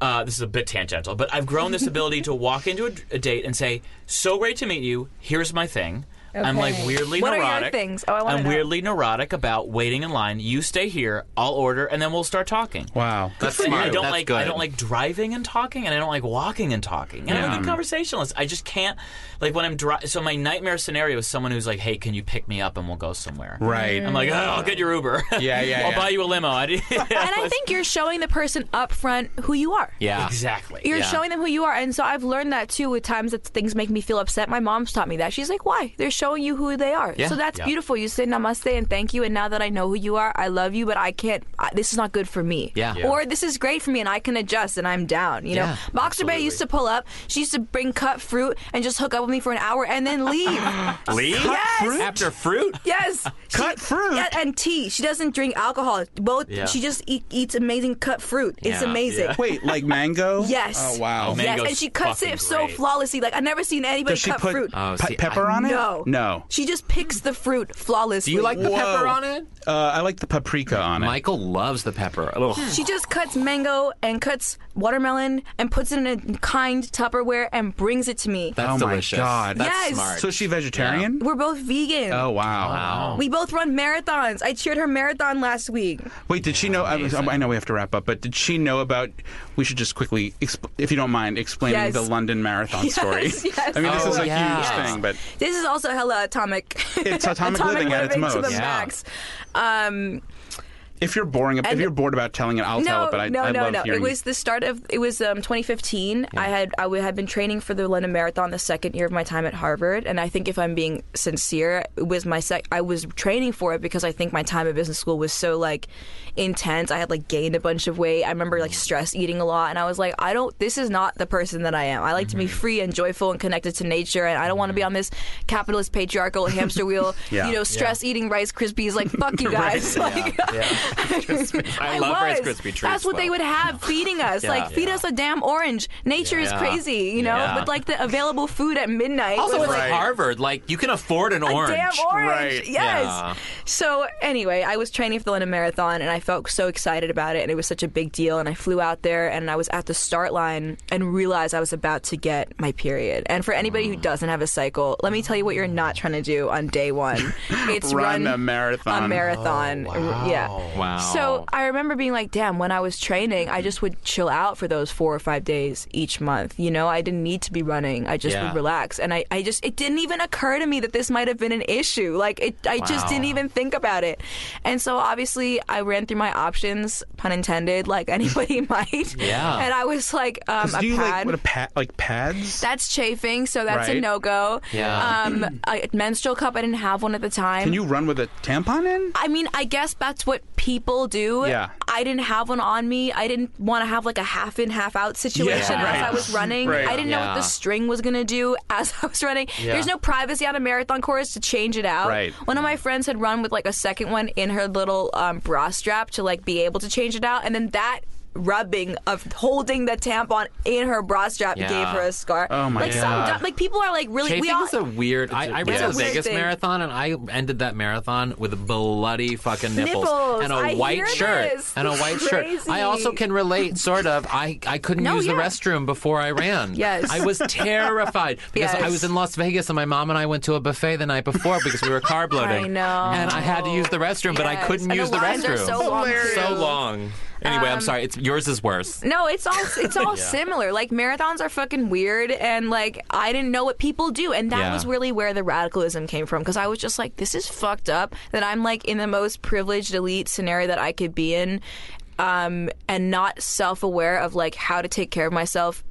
[SPEAKER 3] Uh, this is a bit tangential, but I've grown
[SPEAKER 5] (laughs)
[SPEAKER 3] this ability to walk into a, a date and say, "So great to meet you. Here's my thing." I'm like
[SPEAKER 5] Okay.
[SPEAKER 3] weirdly
[SPEAKER 5] What are your
[SPEAKER 3] neurotic.
[SPEAKER 5] things? Oh, I wanna
[SPEAKER 3] I'm
[SPEAKER 5] know.
[SPEAKER 3] weirdly neurotic about waiting in line. You stay here. I'll order, and then we'll start talking.
[SPEAKER 2] Wow.
[SPEAKER 4] That's
[SPEAKER 3] And (laughs)
[SPEAKER 4] smart.
[SPEAKER 3] I don't
[SPEAKER 4] That's
[SPEAKER 3] like
[SPEAKER 4] good.
[SPEAKER 3] I don't like driving and talking, and I don't like walking and talking. And I'm a good conversationalist. I just can't like when I'm dri- so my nightmare scenario is someone who's like, "Hey, can you pick me up and we'll go somewhere?"
[SPEAKER 2] Right.
[SPEAKER 5] Mm-hmm.
[SPEAKER 3] I'm like, oh, "I'll get your Uber. (laughs)
[SPEAKER 2] Yeah, yeah,
[SPEAKER 3] I'll
[SPEAKER 2] yeah.
[SPEAKER 3] buy you a limo." I
[SPEAKER 4] (laughs)
[SPEAKER 3] did-
[SPEAKER 5] and i think you're showing the person up front who you are
[SPEAKER 4] Yeah.
[SPEAKER 3] exactly.
[SPEAKER 5] you're
[SPEAKER 4] Yeah.
[SPEAKER 5] showing them who you are and so i've learned that too with times that things make me feel upset my mom's taught me that she's like why they're showing you who they are so that's
[SPEAKER 3] Yeah.
[SPEAKER 5] beautiful you say namaste and thank you and now that i know who you are i love you but i can't I, this is not good for me
[SPEAKER 4] Yeah. Yeah.
[SPEAKER 5] or this is great for me and i can adjust and i'm down you know
[SPEAKER 4] Yeah,
[SPEAKER 5] boxer bay used to pull up she used to bring cut fruit and just hook up with me for an hour and
[SPEAKER 4] (laughs)
[SPEAKER 5] then leave
[SPEAKER 6] Lee?
[SPEAKER 5] yes
[SPEAKER 6] After fruit?
[SPEAKER 5] Yes.
[SPEAKER 2] Cut fruit?
[SPEAKER 5] Yeah, and tea. She doesn't drink alcohol. Both.
[SPEAKER 3] Yeah.
[SPEAKER 5] She just eat, eats amazing cut fruit. It's
[SPEAKER 4] Yeah.
[SPEAKER 5] amazing.
[SPEAKER 2] Wait, like mango?
[SPEAKER 5] (laughs) Yes.
[SPEAKER 2] Oh wow.
[SPEAKER 3] Oh, man.
[SPEAKER 5] Yes,
[SPEAKER 3] Mango's
[SPEAKER 5] and she cuts it
[SPEAKER 3] fucking
[SPEAKER 5] so
[SPEAKER 3] great.
[SPEAKER 5] flawlessly. Like I never seen anybody
[SPEAKER 2] Does she
[SPEAKER 5] cut
[SPEAKER 2] put
[SPEAKER 5] fruit.
[SPEAKER 4] Oh,
[SPEAKER 2] pe-
[SPEAKER 4] see,
[SPEAKER 2] pepper
[SPEAKER 4] I-
[SPEAKER 2] on it?
[SPEAKER 5] no.
[SPEAKER 2] No.
[SPEAKER 5] She just picks the fruit flawlessly.
[SPEAKER 4] Do you like the pepper on it?
[SPEAKER 2] Uh, I like the paprika on it.
[SPEAKER 4] Michael loves the pepper. Oh, Ugh.
[SPEAKER 5] She just cuts mango and cuts watermelon and puts it in a kind Tupperware and brings it to me.
[SPEAKER 4] That's
[SPEAKER 2] Oh, my
[SPEAKER 4] delicious.
[SPEAKER 2] God.
[SPEAKER 4] That's
[SPEAKER 5] Yes.
[SPEAKER 4] smart.
[SPEAKER 2] So is she vegetarian?
[SPEAKER 5] We're both vegan.
[SPEAKER 2] Oh wow.
[SPEAKER 5] We both run marathons. I cheered her marathon last week.
[SPEAKER 2] Wait, did she know? I, was- I know we have to wrap up, but did she know about? We should just quickly, exp- if you don't mind, explaining
[SPEAKER 5] Yes.
[SPEAKER 2] the London Marathon
[SPEAKER 5] (laughs) Yes,
[SPEAKER 2] story.
[SPEAKER 5] yes.
[SPEAKER 2] I mean, this
[SPEAKER 4] Oh,
[SPEAKER 2] is a
[SPEAKER 4] yes.
[SPEAKER 2] huge thing, but
[SPEAKER 5] This is also hella (laughs) atomic.
[SPEAKER 2] It's atomic living at its
[SPEAKER 5] to
[SPEAKER 2] most.
[SPEAKER 5] the
[SPEAKER 4] Yeah.
[SPEAKER 5] max. Um,
[SPEAKER 2] If you're boring, if
[SPEAKER 5] And-
[SPEAKER 2] you're bored about telling it, I'll tell
[SPEAKER 5] No,
[SPEAKER 2] it. But I,
[SPEAKER 5] no,
[SPEAKER 2] I
[SPEAKER 5] no,
[SPEAKER 2] love
[SPEAKER 5] no.
[SPEAKER 2] hearing.
[SPEAKER 5] It was the start of it was um, 2015. I had I w- had been training for the London Marathon the second year of my time at Harvard, and I think if I'm being sincere, it was my sec- I was training for it because I think my time at business school was so like intense. I had like gained a bunch of weight. I remember
[SPEAKER 4] Mm.
[SPEAKER 5] like stress eating a lot, and I was like, I don't. This is not the person that I am. I like to be
[SPEAKER 4] Mm-hmm.
[SPEAKER 5] free and joyful and connected to nature, and I don't want to be on this capitalist patriarchal
[SPEAKER 4] (laughs)
[SPEAKER 5] hamster wheel.
[SPEAKER 2] Yeah.
[SPEAKER 5] You know, stress eating Rice Krispies. Like fuck you guys. (laughs)
[SPEAKER 4] (laughs)
[SPEAKER 5] Like,
[SPEAKER 4] I
[SPEAKER 5] I
[SPEAKER 4] love Rice
[SPEAKER 5] was.
[SPEAKER 4] Krispie treats,
[SPEAKER 5] That's what they
[SPEAKER 4] though.
[SPEAKER 5] would have feeding us. Like feed us a damn orange. Nature is
[SPEAKER 4] Yeah.
[SPEAKER 5] crazy, you know.
[SPEAKER 3] Yeah.
[SPEAKER 5] But like the available food at midnight
[SPEAKER 4] Also,
[SPEAKER 5] was
[SPEAKER 4] it's
[SPEAKER 5] like
[SPEAKER 2] Right.
[SPEAKER 4] Harvard. Like, you can afford an orange.
[SPEAKER 5] damn orange.
[SPEAKER 2] Right.
[SPEAKER 5] Yes.
[SPEAKER 4] Yeah.
[SPEAKER 5] So anyway, I was training for the London Marathon and I felt so excited about it and it was such a big deal and I flew out there and I was at the start line and realized I was about to get my period. And for anybody who doesn't have a cycle, let me tell you what you're not trying to do on day 1. It's
[SPEAKER 2] Run
[SPEAKER 5] run,
[SPEAKER 2] a marathon.
[SPEAKER 5] A marathon. Yeah.
[SPEAKER 4] Oh, Wow.
[SPEAKER 5] So I remember being like, damn, when I was training, I just would chill out for those four or five days each month. You know, I didn't need to be running. I just
[SPEAKER 4] Yeah.
[SPEAKER 5] would relax. And I, I just, it didn't even occur to me that this might have been an issue. Like, it, I just
[SPEAKER 4] Wow.
[SPEAKER 5] didn't even think about it. And so obviously, I ran through my options, pun intended, (laughs) like anybody might.
[SPEAKER 4] Yeah.
[SPEAKER 5] And I was like, um, a
[SPEAKER 2] do you like
[SPEAKER 5] pad.
[SPEAKER 2] what a pad like pads?
[SPEAKER 5] that's chafing, so that's a
[SPEAKER 2] Right.
[SPEAKER 5] no go.
[SPEAKER 4] Yeah.
[SPEAKER 5] Um, a menstrual cup, I didn't have one at the time.
[SPEAKER 2] Can you run with a tampon in?
[SPEAKER 5] I mean, I guess that's what people do.
[SPEAKER 2] Yeah.
[SPEAKER 5] I didn't have one on me. I didn't want to have like a half in, half out situation
[SPEAKER 4] Yeah.
[SPEAKER 5] as I was running.
[SPEAKER 2] Right.
[SPEAKER 5] I didn't know what
[SPEAKER 4] Yeah.
[SPEAKER 5] the string was going to do as I was running. There's no privacy on a marathon course to change it out.
[SPEAKER 2] Right.
[SPEAKER 5] One of my friends had run with like a second one in her little um, bra strap to like be able to change it out. And then that rubbing of holding the tampon in her bra strap
[SPEAKER 4] Yeah.
[SPEAKER 5] gave her a scar.
[SPEAKER 2] Oh, my
[SPEAKER 5] like
[SPEAKER 2] God.
[SPEAKER 5] Some, gu- like people are like really. we
[SPEAKER 4] Chafing
[SPEAKER 5] all,
[SPEAKER 4] is a weird. I I ran
[SPEAKER 5] it's a
[SPEAKER 4] the
[SPEAKER 5] weird
[SPEAKER 4] Vegas
[SPEAKER 5] thing.
[SPEAKER 4] marathon and I ended that marathon with bloody fucking nipples,
[SPEAKER 5] Nipples.
[SPEAKER 4] and a
[SPEAKER 5] I
[SPEAKER 4] white
[SPEAKER 5] hear
[SPEAKER 4] shirt
[SPEAKER 5] this.
[SPEAKER 4] and a
[SPEAKER 5] This
[SPEAKER 4] white
[SPEAKER 5] is
[SPEAKER 4] shirt. I
[SPEAKER 5] crazy.
[SPEAKER 4] also can relate, sort of. I I couldn't
[SPEAKER 5] No,
[SPEAKER 4] use the
[SPEAKER 5] yeah.
[SPEAKER 4] restroom before I ran.
[SPEAKER 5] (laughs) Yes.
[SPEAKER 4] I was terrified because
[SPEAKER 5] Yes.
[SPEAKER 4] I was in Las Vegas and my mom and I went to a buffet the night before because we were
[SPEAKER 5] (laughs)
[SPEAKER 4] carb loading.
[SPEAKER 5] know.
[SPEAKER 4] and I had to use the restroom, but I
[SPEAKER 5] Yes.
[SPEAKER 4] couldn't
[SPEAKER 5] And
[SPEAKER 4] use the
[SPEAKER 5] lines are
[SPEAKER 4] restroom.
[SPEAKER 5] so Um, long,
[SPEAKER 2] Hilarious.
[SPEAKER 5] too.
[SPEAKER 4] So long. Anyway, I'm sorry. It's yours is worse.
[SPEAKER 5] No, it's all
[SPEAKER 4] (laughs)
[SPEAKER 5] it's all similar. Like marathons are fucking weird, and like I didn't know what people do, and that
[SPEAKER 4] Yeah.
[SPEAKER 5] was really where the radicalism came from. Because I was just like, this is fucked up that I'm like in the most privileged elite scenario that I could be in, um, and not self aware of like how to take care of myself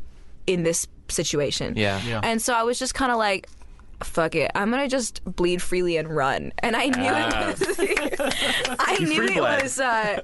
[SPEAKER 5] in this situation.
[SPEAKER 4] Yeah. Yeah.
[SPEAKER 5] And so I was just kind of like. Fuck it. I'm gonna just bleed freely and run. And I knew
[SPEAKER 4] Ah. (laughs)
[SPEAKER 5] it was I knew
[SPEAKER 2] free
[SPEAKER 5] it
[SPEAKER 2] bled.
[SPEAKER 5] was uh,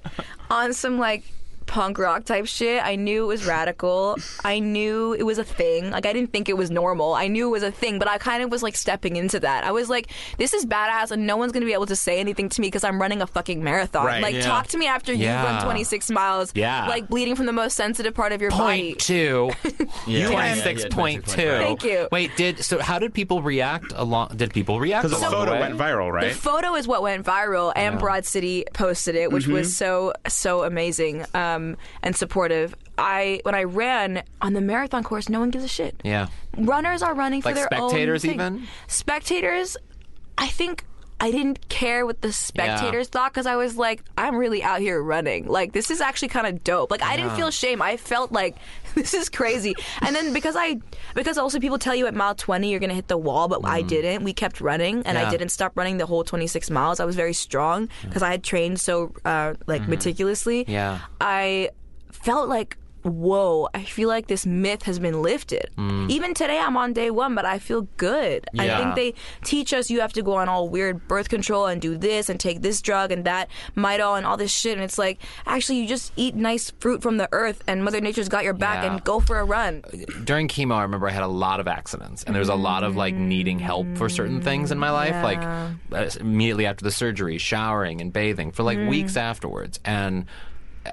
[SPEAKER 5] on some like punk rock type shit. I knew it was radical. I knew it was a thing. Like I didn't think it was normal. I knew it was a thing, but I kind of was like stepping into that. I was like, this is badass, and no one's gonna be able to say anything to me because I'm running a fucking marathon.
[SPEAKER 2] Right.
[SPEAKER 5] Like
[SPEAKER 2] Yeah.
[SPEAKER 5] talk to me after
[SPEAKER 4] Yeah.
[SPEAKER 5] you run 26 miles.
[SPEAKER 4] Yeah.
[SPEAKER 5] Like bleeding from the most sensitive part of your body.
[SPEAKER 4] Point two.
[SPEAKER 3] (laughs) Yeah, yeah, yeah,
[SPEAKER 4] Twenty-six
[SPEAKER 3] yeah,
[SPEAKER 4] point two.
[SPEAKER 3] 26.2.
[SPEAKER 5] Thank you.
[SPEAKER 4] Wait, did so? How did people react along? Did people react?
[SPEAKER 2] Because the
[SPEAKER 4] along
[SPEAKER 2] photo
[SPEAKER 4] way?
[SPEAKER 2] went viral, right?
[SPEAKER 5] The photo is what went viral, and Broad City posted it, which was so so amazing um, and supportive. I when I ran on the marathon course, no one gives a shit.
[SPEAKER 4] Yeah.
[SPEAKER 5] Runners are running for
[SPEAKER 4] Like
[SPEAKER 5] their
[SPEAKER 4] spectators
[SPEAKER 5] own thing.
[SPEAKER 4] even?
[SPEAKER 5] Spectators, I think. I didn't care what the spectators thought because I was like, I'm really out here running. Like, this is actually kind of dope. Like, I didn't feel shame. I felt like (laughs) this is crazy. And then because I, because also people tell you at mile 20 you're gonna hit the wall, but I didn't. We kept running, and
[SPEAKER 4] Mm. Yeah.
[SPEAKER 5] I didn't stop running the whole 26 miles. I was very strong because I had trained so uh, like meticulously.
[SPEAKER 4] Mm-hmm. Yeah.
[SPEAKER 5] I felt like, whoa, I feel like this myth has been lifted. Even today, I'm on day one, but I feel good.
[SPEAKER 4] Mm. Yeah.
[SPEAKER 5] I think they teach us you have to go on all weird birth control and do this and take this drug and that mitol and all this shit. And it's like, actually, you just eat nice fruit from the earth, and Mother Nature's got your back,
[SPEAKER 4] Yeah.
[SPEAKER 5] and go for a run.
[SPEAKER 4] during chemo, I remember I had a lot of accidents, and there was a lot of like needing help for certain things in my life, like uh, immediately after the surgery, showering and bathing for like
[SPEAKER 5] Mm.
[SPEAKER 4] weeks afterwards, and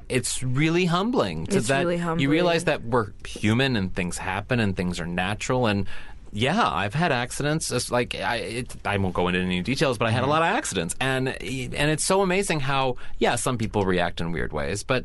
[SPEAKER 4] it's really humbling. To
[SPEAKER 5] It's
[SPEAKER 4] that
[SPEAKER 5] really
[SPEAKER 4] You
[SPEAKER 5] humbling.
[SPEAKER 4] realize that we're human and things happen and things are natural and. Yeah, I've had accidents. It's like I, it, I won't go into any details, but I
[SPEAKER 5] Mm.
[SPEAKER 4] had a lot of accidents, and and it's so amazing how yeah, some people react in weird ways, but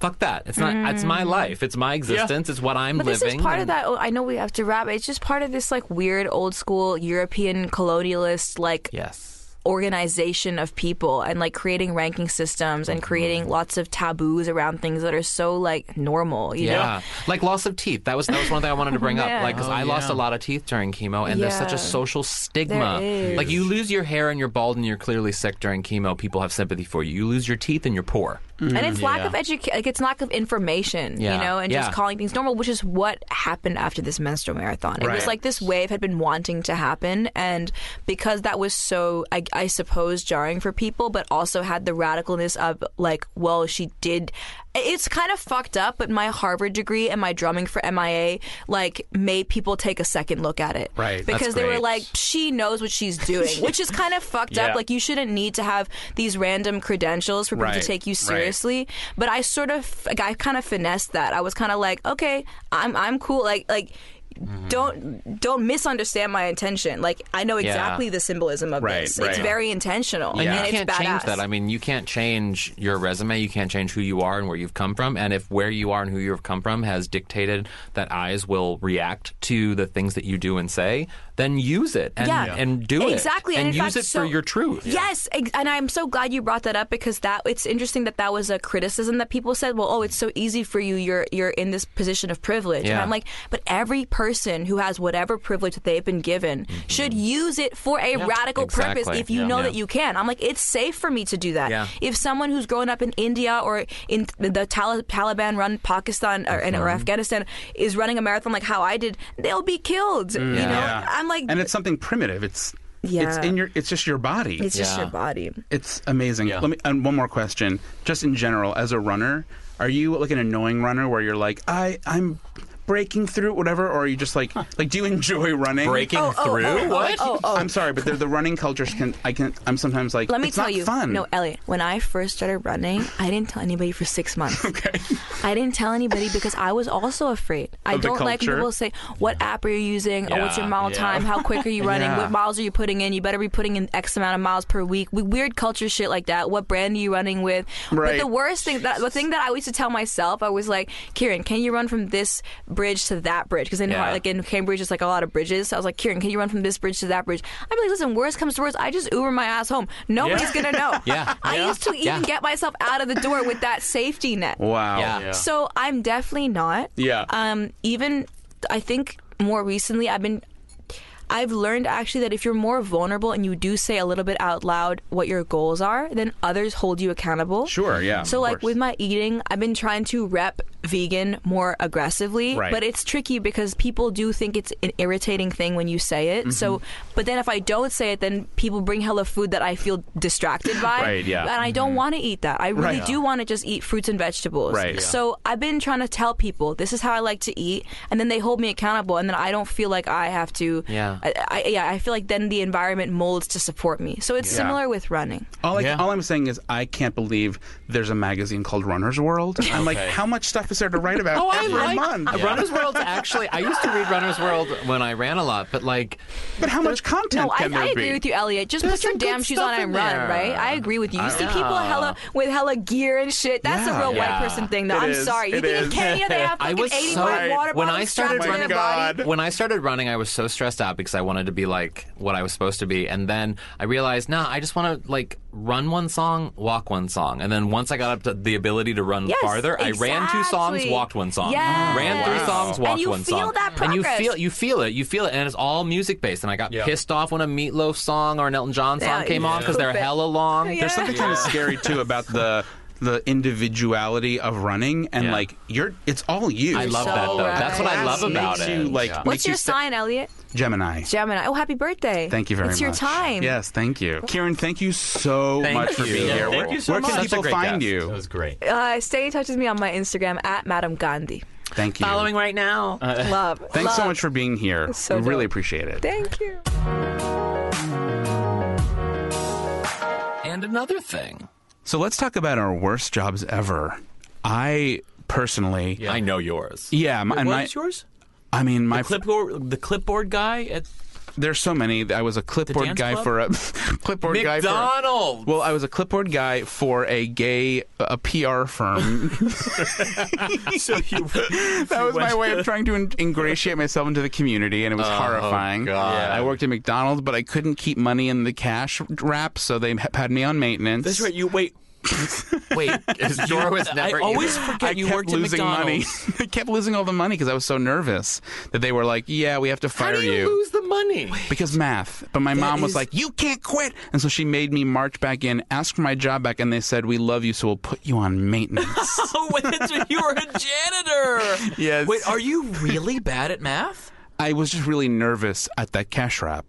[SPEAKER 4] fuck that. It's not. It's my life. It's my existence. It's what I'm
[SPEAKER 5] Mm. But
[SPEAKER 4] living.
[SPEAKER 5] this is part of
[SPEAKER 4] and-
[SPEAKER 5] that. oh, I know we have to wrap. It's just part of this like weird old school European colonialist like
[SPEAKER 4] Yes.
[SPEAKER 5] organization of people and like creating ranking systems and creating lots of taboos around things that are so like normal, you know?
[SPEAKER 4] Yeah. Like loss of teeth. That was that was one thing I wanted to bring up.
[SPEAKER 5] (laughs) Yeah.
[SPEAKER 4] Like 'cause I lost a lot of teeth during chemo and there's such a
[SPEAKER 5] Yeah.
[SPEAKER 4] social stigma.
[SPEAKER 5] There is.
[SPEAKER 4] Like you lose your hair and you're bald and you're clearly sick during chemo, people have sympathy for you. You lose your teeth and you're poor.
[SPEAKER 5] and it's lack
[SPEAKER 3] Yeah.
[SPEAKER 5] of education like it's lack of information
[SPEAKER 4] Yeah.
[SPEAKER 5] you know and
[SPEAKER 4] Yeah.
[SPEAKER 5] just calling things normal which is what happened after this menstrual marathon it
[SPEAKER 2] Right.
[SPEAKER 5] was like this wave had been wanting to happen and because that was so I, I suppose jarring for people but also had the radicalness of like well she did it's kind of fucked up but my harvard degree and my drumming for mia like made people take a second look at it
[SPEAKER 2] Right.
[SPEAKER 4] That's
[SPEAKER 5] because they were
[SPEAKER 4] great.
[SPEAKER 5] like she knows what she's doing which is kind of fucked
[SPEAKER 3] Yeah.
[SPEAKER 5] up like you shouldn't need to have these random credentials for people
[SPEAKER 2] Right.
[SPEAKER 5] to take you
[SPEAKER 2] Right.
[SPEAKER 5] seriously seriously, But I sort of, like, I kind of finessed that. I was kind of like, okay, I'm, I'm cool. Like, like.
[SPEAKER 4] Mm-hmm.
[SPEAKER 5] Don't don't misunderstand my intention. Like I know exactly the symbolism of
[SPEAKER 2] Right,
[SPEAKER 5] this. It's
[SPEAKER 2] right.
[SPEAKER 5] very intentional
[SPEAKER 4] And
[SPEAKER 5] and
[SPEAKER 4] you can't
[SPEAKER 5] it's badass.
[SPEAKER 4] change that. I mean, you can't change your resume. You can't change who you are and where you've come from. And if where you are and who you've come from has dictated that eyes will react to the things that you do and say, then use it and,
[SPEAKER 5] Yeah.
[SPEAKER 4] and do it.
[SPEAKER 5] Exactly. And
[SPEAKER 4] And,
[SPEAKER 5] in
[SPEAKER 4] use
[SPEAKER 5] fact,
[SPEAKER 4] it
[SPEAKER 5] so-
[SPEAKER 4] for your truth.
[SPEAKER 5] Yes, ex- and I'm so glad you brought that up because that it's interesting that that was a criticism that people said. Well, oh, it's so easy for you. You're you're in this position of privilege. And
[SPEAKER 4] Yeah.
[SPEAKER 5] I'm like, but every person who has whatever privilege that they've been given should use it for a radical purpose
[SPEAKER 4] Mm-hmm. Exactly.
[SPEAKER 5] if you
[SPEAKER 4] Yeah.
[SPEAKER 5] know
[SPEAKER 4] Yeah.
[SPEAKER 5] that you can. I'm like, it's safe for me to do that.
[SPEAKER 4] Yeah.
[SPEAKER 5] If someone who's grown up in India or in the Tal- Taliban-run Pakistan or, and
[SPEAKER 4] Mm-hmm.
[SPEAKER 5] or Afghanistan is running a marathon like how I did, they'll be killed.
[SPEAKER 4] Mm.
[SPEAKER 5] You know,
[SPEAKER 2] Yeah.
[SPEAKER 5] I'm like,
[SPEAKER 2] and it's something primitive. It's it's
[SPEAKER 5] Yeah.
[SPEAKER 2] in your. It's just your body.
[SPEAKER 5] it's just
[SPEAKER 4] Yeah.
[SPEAKER 5] your body.
[SPEAKER 2] It's amazing. Let me and one more question. Just in general, as a runner, are you like an annoying runner where you're like, I I'm breaking through whatever, or are you just like like do you enjoy running?
[SPEAKER 4] Breaking
[SPEAKER 5] Oh, oh,
[SPEAKER 4] through?
[SPEAKER 5] oh, oh,
[SPEAKER 4] what?
[SPEAKER 5] oh, oh.
[SPEAKER 2] I'm sorry, but the, the running cultures can I can I'm sometimes like
[SPEAKER 5] Let me
[SPEAKER 2] it's
[SPEAKER 5] tell
[SPEAKER 2] not
[SPEAKER 5] you,
[SPEAKER 2] fun.
[SPEAKER 5] no, Elliot. When I first started running, I didn't tell anybody for six
[SPEAKER 2] (laughs)
[SPEAKER 5] months. okay. I didn't tell anybody because I was also afraid. I
[SPEAKER 2] Of the
[SPEAKER 5] don't like
[SPEAKER 2] culture?
[SPEAKER 5] when people say what app are you using, or what's your
[SPEAKER 4] Yeah,
[SPEAKER 5] mile
[SPEAKER 3] yeah.
[SPEAKER 5] time, how quick are
[SPEAKER 2] (laughs)
[SPEAKER 5] you running,
[SPEAKER 2] Yeah.
[SPEAKER 5] what miles are you putting in? You better be putting in X amount of miles per week. We, weird culture shit like that. What brand are you running with?
[SPEAKER 2] Right.
[SPEAKER 5] But the worst thing, that, the thing that I used to tell myself, I was like, Kieran, can you run from this bridge to that bridge? Because in
[SPEAKER 4] Yeah.
[SPEAKER 5] like in Cambridge, it's like a lot of bridges. So I was like, Kieran, can you run from this bridge to that bridge? I'm like, listen, worst comes to worst, I just Uber my ass home. Nobody's gonna know.
[SPEAKER 4] (laughs) Yeah.
[SPEAKER 5] I used to even
[SPEAKER 4] Yeah.
[SPEAKER 5] get myself out of the door with that safety net.
[SPEAKER 2] Wow.
[SPEAKER 4] Yeah.
[SPEAKER 3] Yeah.
[SPEAKER 5] So I'm definitely not.
[SPEAKER 2] Yeah.
[SPEAKER 5] Um, even I think more recently I've been I've learned actually that if you're more vulnerable and you do say a little bit out loud what your goals are, then others hold you accountable.
[SPEAKER 2] Sure, yeah,
[SPEAKER 5] So
[SPEAKER 2] of
[SPEAKER 5] like
[SPEAKER 2] course.
[SPEAKER 5] with my eating, I've been trying to rep vegan more aggressively,
[SPEAKER 2] Right.
[SPEAKER 5] but it's tricky because people do think it's an irritating thing when you say it. So,
[SPEAKER 2] Mm-hmm.
[SPEAKER 5] but then if I don't say it, then people bring hella food that I feel distracted by,
[SPEAKER 2] Right, yeah. Mm-hmm.
[SPEAKER 5] and I don't want to eat that. I really
[SPEAKER 2] Right.
[SPEAKER 5] do want to just eat fruits and vegetables.
[SPEAKER 2] Right. Yeah.
[SPEAKER 5] So I've been trying to tell people this is how I like to eat, and then they hold me accountable, and then I don't feel like I have to.
[SPEAKER 4] Yeah.
[SPEAKER 5] I, I, yeah. I feel like then the environment molds to support me. So it's
[SPEAKER 2] Yeah.
[SPEAKER 5] similar with running.
[SPEAKER 2] All, I,
[SPEAKER 3] Yeah.
[SPEAKER 2] all I'm saying is I can't believe there's a magazine called Runner's World. I'm like,
[SPEAKER 3] Okay.
[SPEAKER 2] how much stuff is there to write
[SPEAKER 5] Oh,
[SPEAKER 2] about every month?
[SPEAKER 4] Oh, Runner's World. Actually, I used to read Runner's World when I ran a lot, but like,
[SPEAKER 2] But how much content
[SPEAKER 5] No, I,
[SPEAKER 2] can there
[SPEAKER 5] I
[SPEAKER 2] be?
[SPEAKER 5] agree with you, Elliot. Just
[SPEAKER 4] There's
[SPEAKER 5] put your
[SPEAKER 4] some good
[SPEAKER 5] damn shoes on
[SPEAKER 4] stuff
[SPEAKER 5] and
[SPEAKER 4] in
[SPEAKER 5] run,
[SPEAKER 4] there.
[SPEAKER 5] right? I agree with you. You see
[SPEAKER 4] Yeah.
[SPEAKER 5] people hella with hella gear and shit. That's
[SPEAKER 2] Yeah.
[SPEAKER 5] a real
[SPEAKER 4] Yeah.
[SPEAKER 5] white person thing, though.
[SPEAKER 2] It
[SPEAKER 5] I'm
[SPEAKER 2] is.
[SPEAKER 5] sorry. You
[SPEAKER 2] It
[SPEAKER 5] think in
[SPEAKER 2] is.
[SPEAKER 5] Kenya they have
[SPEAKER 4] I
[SPEAKER 5] fucking
[SPEAKER 4] was
[SPEAKER 5] 85
[SPEAKER 4] so-
[SPEAKER 5] water bottles
[SPEAKER 4] when I started
[SPEAKER 5] strapped to
[SPEAKER 2] running-
[SPEAKER 5] their
[SPEAKER 2] My
[SPEAKER 5] body?
[SPEAKER 2] God.
[SPEAKER 4] when I started running, I was so stressed out because I wanted to be like what I was supposed to be, and then I realized, nah, I just want to like run one song, walk one song, and then once I got up to the ability to run
[SPEAKER 5] Yes,
[SPEAKER 4] farther, I ran two songs,
[SPEAKER 5] exactly.
[SPEAKER 4] walked one song,
[SPEAKER 5] Yes.
[SPEAKER 4] ran three
[SPEAKER 2] Wow.
[SPEAKER 4] songs,
[SPEAKER 5] And
[SPEAKER 4] walked
[SPEAKER 5] you
[SPEAKER 4] one
[SPEAKER 5] feel
[SPEAKER 4] song,
[SPEAKER 5] that
[SPEAKER 4] and you
[SPEAKER 5] progress.
[SPEAKER 4] feel you feel it, you feel it, and it's all music based. And I got
[SPEAKER 3] Yeah.
[SPEAKER 4] pissed off when a Meatloaf song or an Elton John song
[SPEAKER 5] Yeah,
[SPEAKER 4] came
[SPEAKER 5] you
[SPEAKER 4] on because
[SPEAKER 5] poop
[SPEAKER 4] they're
[SPEAKER 5] it.
[SPEAKER 4] hella long.
[SPEAKER 5] Yeah.
[SPEAKER 2] There's something kind of scary too about the the individuality of running and
[SPEAKER 4] Yeah.
[SPEAKER 2] like you're it's all you.
[SPEAKER 4] I love
[SPEAKER 5] So
[SPEAKER 4] that though.
[SPEAKER 5] right.
[SPEAKER 4] That's what I love
[SPEAKER 5] Makes
[SPEAKER 4] about
[SPEAKER 2] makes
[SPEAKER 4] it.
[SPEAKER 2] You, like,
[SPEAKER 3] Yeah.
[SPEAKER 2] makes
[SPEAKER 5] What's
[SPEAKER 2] you
[SPEAKER 5] your
[SPEAKER 2] sta-
[SPEAKER 5] sign, Elliot?
[SPEAKER 2] Gemini.
[SPEAKER 5] Gemini. Oh, happy birthday.
[SPEAKER 2] Thank you very
[SPEAKER 5] It's
[SPEAKER 2] much.
[SPEAKER 5] your time.
[SPEAKER 2] Yes, thank you. Kieran, thank you so
[SPEAKER 4] Thank
[SPEAKER 2] much for
[SPEAKER 4] you.
[SPEAKER 2] being
[SPEAKER 4] Yeah,
[SPEAKER 2] here.
[SPEAKER 4] thank
[SPEAKER 2] where
[SPEAKER 4] you
[SPEAKER 3] so
[SPEAKER 2] where
[SPEAKER 3] much.
[SPEAKER 2] can people find
[SPEAKER 3] That
[SPEAKER 2] you?
[SPEAKER 3] was great.
[SPEAKER 5] Uh, stay in touch with me on my Instagram at Madam Gandhi.
[SPEAKER 2] Thank you.
[SPEAKER 4] Following right now.
[SPEAKER 5] Love.
[SPEAKER 2] Thanks so
[SPEAKER 5] Love.
[SPEAKER 2] much for being here.
[SPEAKER 5] So
[SPEAKER 2] we really
[SPEAKER 5] dope.
[SPEAKER 2] appreciate it.
[SPEAKER 5] Thank you.
[SPEAKER 4] and another thing.
[SPEAKER 2] So let's talk about our worst jobs ever. I personally Yeah,
[SPEAKER 4] I know yours.
[SPEAKER 2] my, and
[SPEAKER 3] What
[SPEAKER 2] my
[SPEAKER 3] is yours?
[SPEAKER 2] I mean my
[SPEAKER 3] Clipboard, the clipboard guy at
[SPEAKER 2] There's so many. I was a clipboard
[SPEAKER 3] dance
[SPEAKER 2] guy
[SPEAKER 3] club?
[SPEAKER 2] for a (laughs) clipboard guy for.
[SPEAKER 3] McDonald's.
[SPEAKER 2] Well, I was a clipboard guy for a gay a PR firm.
[SPEAKER 3] so (laughs) you,
[SPEAKER 2] (laughs) that was my way of trying to Oh, in- ingratiate myself into the community, and it was horrifying.
[SPEAKER 4] God.
[SPEAKER 3] Yeah.
[SPEAKER 2] I worked at McDonald's, but I couldn't keep money in the cash wrap, so they ha- had me on maintenance.
[SPEAKER 3] That's right. You wait.
[SPEAKER 4] (laughs) Wait, his (laughs) door was
[SPEAKER 3] (laughs)
[SPEAKER 4] never.
[SPEAKER 3] I always
[SPEAKER 4] even-
[SPEAKER 3] forget
[SPEAKER 2] I
[SPEAKER 3] you
[SPEAKER 2] kept
[SPEAKER 3] worked at
[SPEAKER 2] losing money. (laughs)
[SPEAKER 3] McDonald's. (laughs)
[SPEAKER 2] I kept losing all the money because I was so nervous that they were like, "Yeah, we have to
[SPEAKER 4] How
[SPEAKER 2] fire
[SPEAKER 4] do you, lose the money?
[SPEAKER 2] because math. But my mom was
[SPEAKER 3] is-
[SPEAKER 2] like, "You can't quit," and so she made me march back in, ask for my job back, and they said, "We love you, so we'll put you on maintenance."
[SPEAKER 3] Oh, wait, that's when you were a janitor.
[SPEAKER 2] Yes.
[SPEAKER 3] Wait, are you really bad at math?
[SPEAKER 2] I was just really nervous at that cash
[SPEAKER 3] (laughs)
[SPEAKER 2] wrap.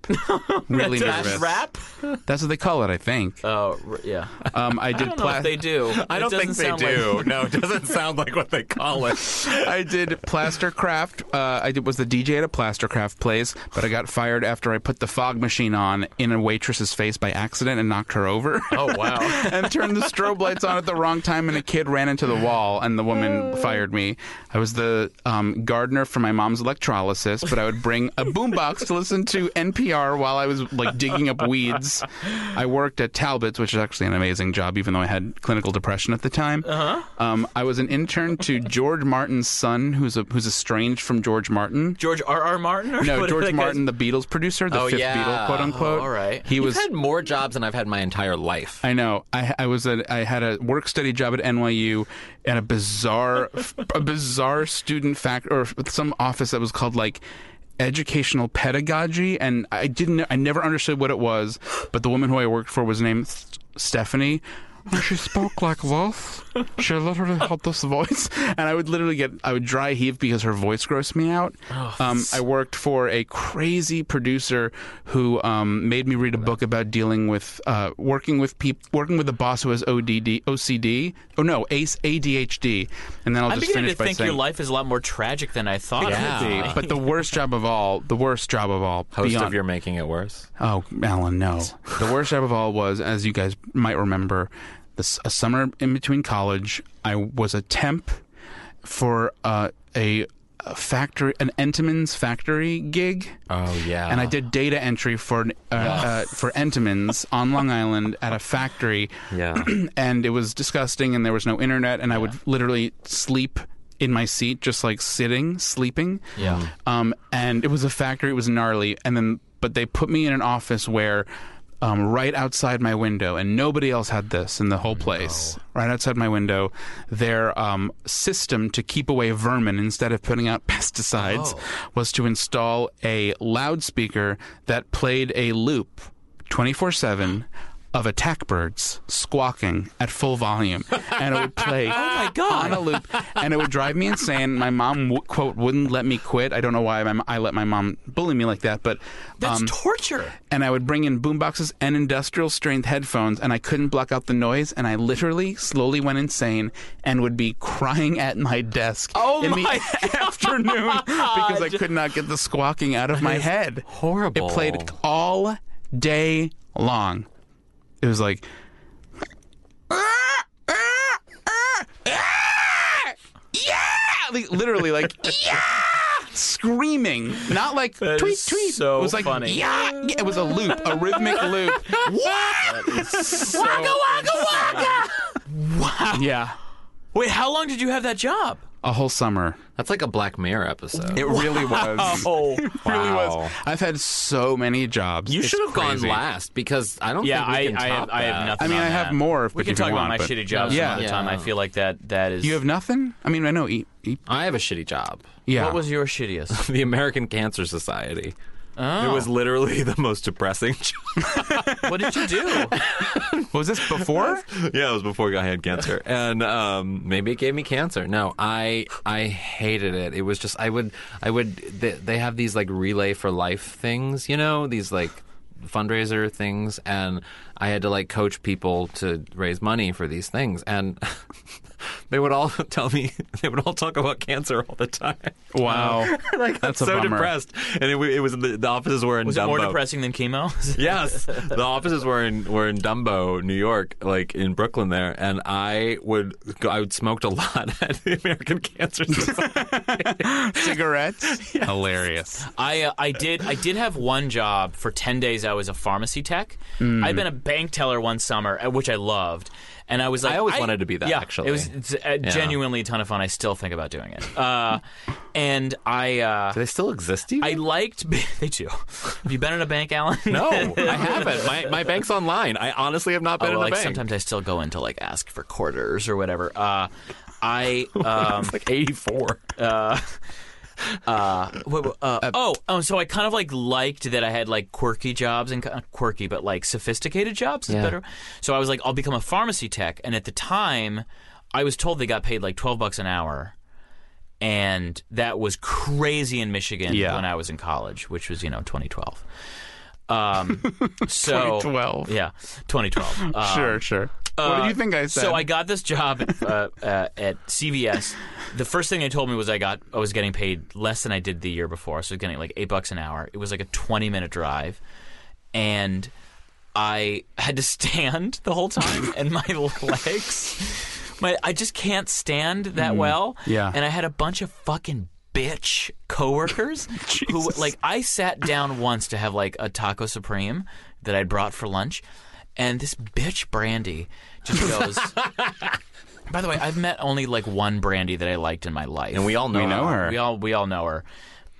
[SPEAKER 2] really nervous.
[SPEAKER 3] Rap?
[SPEAKER 2] That's what they call it, I think.
[SPEAKER 3] Oh, r- yeah.
[SPEAKER 2] Um, I
[SPEAKER 3] I
[SPEAKER 2] did.
[SPEAKER 3] don't know if
[SPEAKER 2] plas-
[SPEAKER 3] they do. It doesn't sound like-
[SPEAKER 4] no, it doesn't sound like what they call it.
[SPEAKER 2] (laughs) I did plastercraft. Uh, I did, was the DJ at a plastercraft place, but I got fired after I put the fog machine on in a waitress's face by accident and knocked her over.
[SPEAKER 3] Oh wow.
[SPEAKER 2] (laughs) and turned the strobe lights on at the wrong time, and a kid ran into the wall, and the
[SPEAKER 3] Oh.
[SPEAKER 2] woman fired me. I was the um, gardener for my mom's electrolysis, but I would bring a boombox to listen to NPR while I was like digging up weeds. I worked at Talbot's, which is actually an amazing job, even though I had clinical depression at the time. Uh-huh. Um, I was an intern to George Martin's son, who's a, who's estranged from George Martin.
[SPEAKER 3] (laughs) George R. R. Martin? Or
[SPEAKER 2] No,
[SPEAKER 3] (laughs) what
[SPEAKER 2] George
[SPEAKER 3] that guy's-
[SPEAKER 2] Martin, the Beatles producer, the
[SPEAKER 4] Oh,
[SPEAKER 2] fifth
[SPEAKER 4] yeah.
[SPEAKER 2] Beatle, quote unquote.
[SPEAKER 3] Oh, all right.
[SPEAKER 2] He was
[SPEAKER 4] You've had more jobs than I've had my entire life.
[SPEAKER 2] I know. I, I was a, I had a work study job at NYU at a bizarre (laughs) a bizarre student fact or some office that was called like educational pedagogy and I didn't I never understood what it was but the woman who I worked for was named S- Stephanie she spoke like this she literally had this voice and I would literally get I would dry heave because her voice grossed me out
[SPEAKER 3] Oh,
[SPEAKER 2] um, I worked for a crazy producer who um, made me read a book about dealing with uh, working with people, working with a boss who has ODD, OCD, oh no, ACE, ADHD, and then I'll
[SPEAKER 3] I'm
[SPEAKER 2] just
[SPEAKER 3] beginning
[SPEAKER 2] finish
[SPEAKER 3] to
[SPEAKER 2] by
[SPEAKER 3] think
[SPEAKER 2] saying.
[SPEAKER 3] your life is a lot more tragic than I thought
[SPEAKER 4] Yeah.
[SPEAKER 3] it would be.
[SPEAKER 2] but the worst job of all, the worst job of all,
[SPEAKER 4] Host
[SPEAKER 2] beyond,
[SPEAKER 4] of You're Making It Worse.
[SPEAKER 2] Oh, Alan, no. The worst job of all was, as you guys might remember, this a summer in between college. I was a temp for uh, a, a factory, an Entenmann's factory gig.
[SPEAKER 4] Oh yeah.
[SPEAKER 2] and I did data entry for uh, uh, for Entenmann's on Long Island at a factory.
[SPEAKER 4] Yeah.
[SPEAKER 2] (clears throat) and it was disgusting, and there was no internet, and I would literally sleep in my seat, just like sitting, sleeping.
[SPEAKER 3] Yeah.
[SPEAKER 2] Um, and it was a factory. It was gnarly, and then but they put me in an office where. Um, right outside my window, and nobody else had this in the whole place. Right outside my window, their um, system to keep away vermin instead of putting out (laughs) pesticides was to install a loudspeaker that played a loop 24 7 of attack birds squawking at full volume. And it would
[SPEAKER 3] (laughs)
[SPEAKER 2] play
[SPEAKER 3] Oh my God.
[SPEAKER 2] on a loop. And it would drive me insane. My mom, w- quote, wouldn't let me quit. I don't know why my, I let my mom bully me like that, but.
[SPEAKER 3] That's
[SPEAKER 2] um,
[SPEAKER 3] torture.
[SPEAKER 2] and I would bring in boomboxes and industrial strength headphones, and I couldn't block out the noise, and I literally slowly went insane and would be crying at my desk
[SPEAKER 3] Oh
[SPEAKER 2] in
[SPEAKER 3] my
[SPEAKER 2] the (laughs) afternoon because I could not get the squawking out
[SPEAKER 3] (laughs)
[SPEAKER 2] of my head.
[SPEAKER 4] (clears throat) horrible.
[SPEAKER 2] It played all day long. It was like. Yeah! Like, literally, like, yeah! Screaming. Not like
[SPEAKER 3] That
[SPEAKER 2] tweet,
[SPEAKER 3] is
[SPEAKER 2] tweet.
[SPEAKER 3] so
[SPEAKER 2] it was like,
[SPEAKER 3] funny.
[SPEAKER 2] yeah! It was a loop, a rhythmic loop. Waka, (laughs) waka, waka! Wow. Yeah.
[SPEAKER 3] Wait, how long did you have that job?
[SPEAKER 2] A whole summer.
[SPEAKER 4] That's like a Black Mirror episode. (laughs)
[SPEAKER 2] It really was.
[SPEAKER 3] Oh,
[SPEAKER 2] really
[SPEAKER 4] Wow.
[SPEAKER 2] was. I've had so many jobs.
[SPEAKER 4] you
[SPEAKER 2] It's
[SPEAKER 4] should have gone
[SPEAKER 2] crazy.
[SPEAKER 4] last because I don't
[SPEAKER 3] yeah.
[SPEAKER 4] think we
[SPEAKER 3] I,
[SPEAKER 4] can
[SPEAKER 3] I,
[SPEAKER 4] top
[SPEAKER 3] have, I have
[SPEAKER 4] that.
[SPEAKER 3] nothing.
[SPEAKER 2] I mean,
[SPEAKER 3] on
[SPEAKER 2] I
[SPEAKER 3] that.
[SPEAKER 2] have more. If
[SPEAKER 3] We
[SPEAKER 2] if
[SPEAKER 3] can
[SPEAKER 2] you
[SPEAKER 3] talk about
[SPEAKER 2] want,
[SPEAKER 3] my
[SPEAKER 2] but-
[SPEAKER 3] shitty job
[SPEAKER 2] Yeah.
[SPEAKER 3] some other
[SPEAKER 4] Yeah.
[SPEAKER 3] time. I feel like that that is.
[SPEAKER 2] You have nothing? I mean, I know. E- e-
[SPEAKER 4] I have a shitty job.
[SPEAKER 2] yeah.
[SPEAKER 3] What was your shittiest?
[SPEAKER 2] (laughs)
[SPEAKER 4] (laughs) The American Cancer Society. It was literally (laughs) the most depressing job.
[SPEAKER 3] what did you (laughs) do?
[SPEAKER 2] Was this
[SPEAKER 4] (laughs)
[SPEAKER 2] before?
[SPEAKER 4] yeah, it was before I had (laughs) cancer, and um, maybe it gave me cancer. No, I I hated it. It was just I would I would they, they have these like relay for life things, you know, these like fundraiser things, and I had to like coach people to raise money for these things, and (laughs) they would all (laughs) tell me they would all talk about cancer all the time.
[SPEAKER 2] Wow.
[SPEAKER 4] like
[SPEAKER 2] That's a
[SPEAKER 4] so
[SPEAKER 2] bummer.
[SPEAKER 4] depressed, and it, w- it was the, the offices were in
[SPEAKER 3] Was
[SPEAKER 4] Dumbo.
[SPEAKER 3] it more depressing than chemo? (laughs)
[SPEAKER 4] yes, the offices were in were in Dumbo, New York, like in Brooklyn there, and I would go, I would smoked a (laughs) lot at the American Cancer
[SPEAKER 2] (laughs)
[SPEAKER 4] Society.
[SPEAKER 2] Cigarettes. Hilarious.
[SPEAKER 3] I uh, I did I did have one job for ten days. I was a pharmacy tech.
[SPEAKER 2] Hmm.
[SPEAKER 3] I'd been a bank teller one summer, uh, which I loved, and I was like,
[SPEAKER 4] I always wanted to be that,
[SPEAKER 3] Yeah,
[SPEAKER 4] actually.
[SPEAKER 3] it was it's, uh, genuinely a ton of fun. I still think about doing it. Uh, (laughs) and
[SPEAKER 2] (laughs)
[SPEAKER 3] I uh,
[SPEAKER 4] Do they still exist? Even?
[SPEAKER 3] I liked (laughs) they do. Have you been in a bank, Alan?
[SPEAKER 4] no, I haven't. My my bank's online. I honestly have not been
[SPEAKER 3] Oh,
[SPEAKER 4] in a
[SPEAKER 3] like
[SPEAKER 4] bank.
[SPEAKER 3] sometimes I still go in to like ask for quarters or whatever. Uh,
[SPEAKER 4] (laughs)
[SPEAKER 3] I um,
[SPEAKER 4] It's like eighty four.
[SPEAKER 3] Wait, wait, uh, oh, oh, so I kind of like liked that I had like quirky jobs and not quirky, but like sophisticated jobs is
[SPEAKER 4] Yeah.
[SPEAKER 3] better. So I was like, I'll become a pharmacy tech, and at the time, I was told they got paid like twelve bucks an hour, and that was crazy in Michigan
[SPEAKER 2] Yeah.
[SPEAKER 3] when I was in college, which was you know 2012.
[SPEAKER 4] (laughs)
[SPEAKER 3] Um, so
[SPEAKER 2] 2012.
[SPEAKER 3] yeah, 2012. Um,
[SPEAKER 2] sure, sure. what
[SPEAKER 3] uh,
[SPEAKER 2] do you think I said?
[SPEAKER 3] So I got this job uh,
[SPEAKER 2] (laughs)
[SPEAKER 3] uh, at CVS. The first thing they told me was I got I was getting paid less than I did the year before, so I was getting like eight bucks an hour. It was like a twenty minute drive, and I had to stand the whole time, and my (laughs) legs, my I just can't stand that well.
[SPEAKER 2] yeah.
[SPEAKER 3] and I had a bunch of fucking bitch coworkers who like I sat down once to have like a taco supreme that I brought for lunch, and this bitch Brandy just goes. By the way, I've met only like one Brandy that I liked in my life,
[SPEAKER 4] And we all know,
[SPEAKER 2] We know her.
[SPEAKER 3] we all we all know her.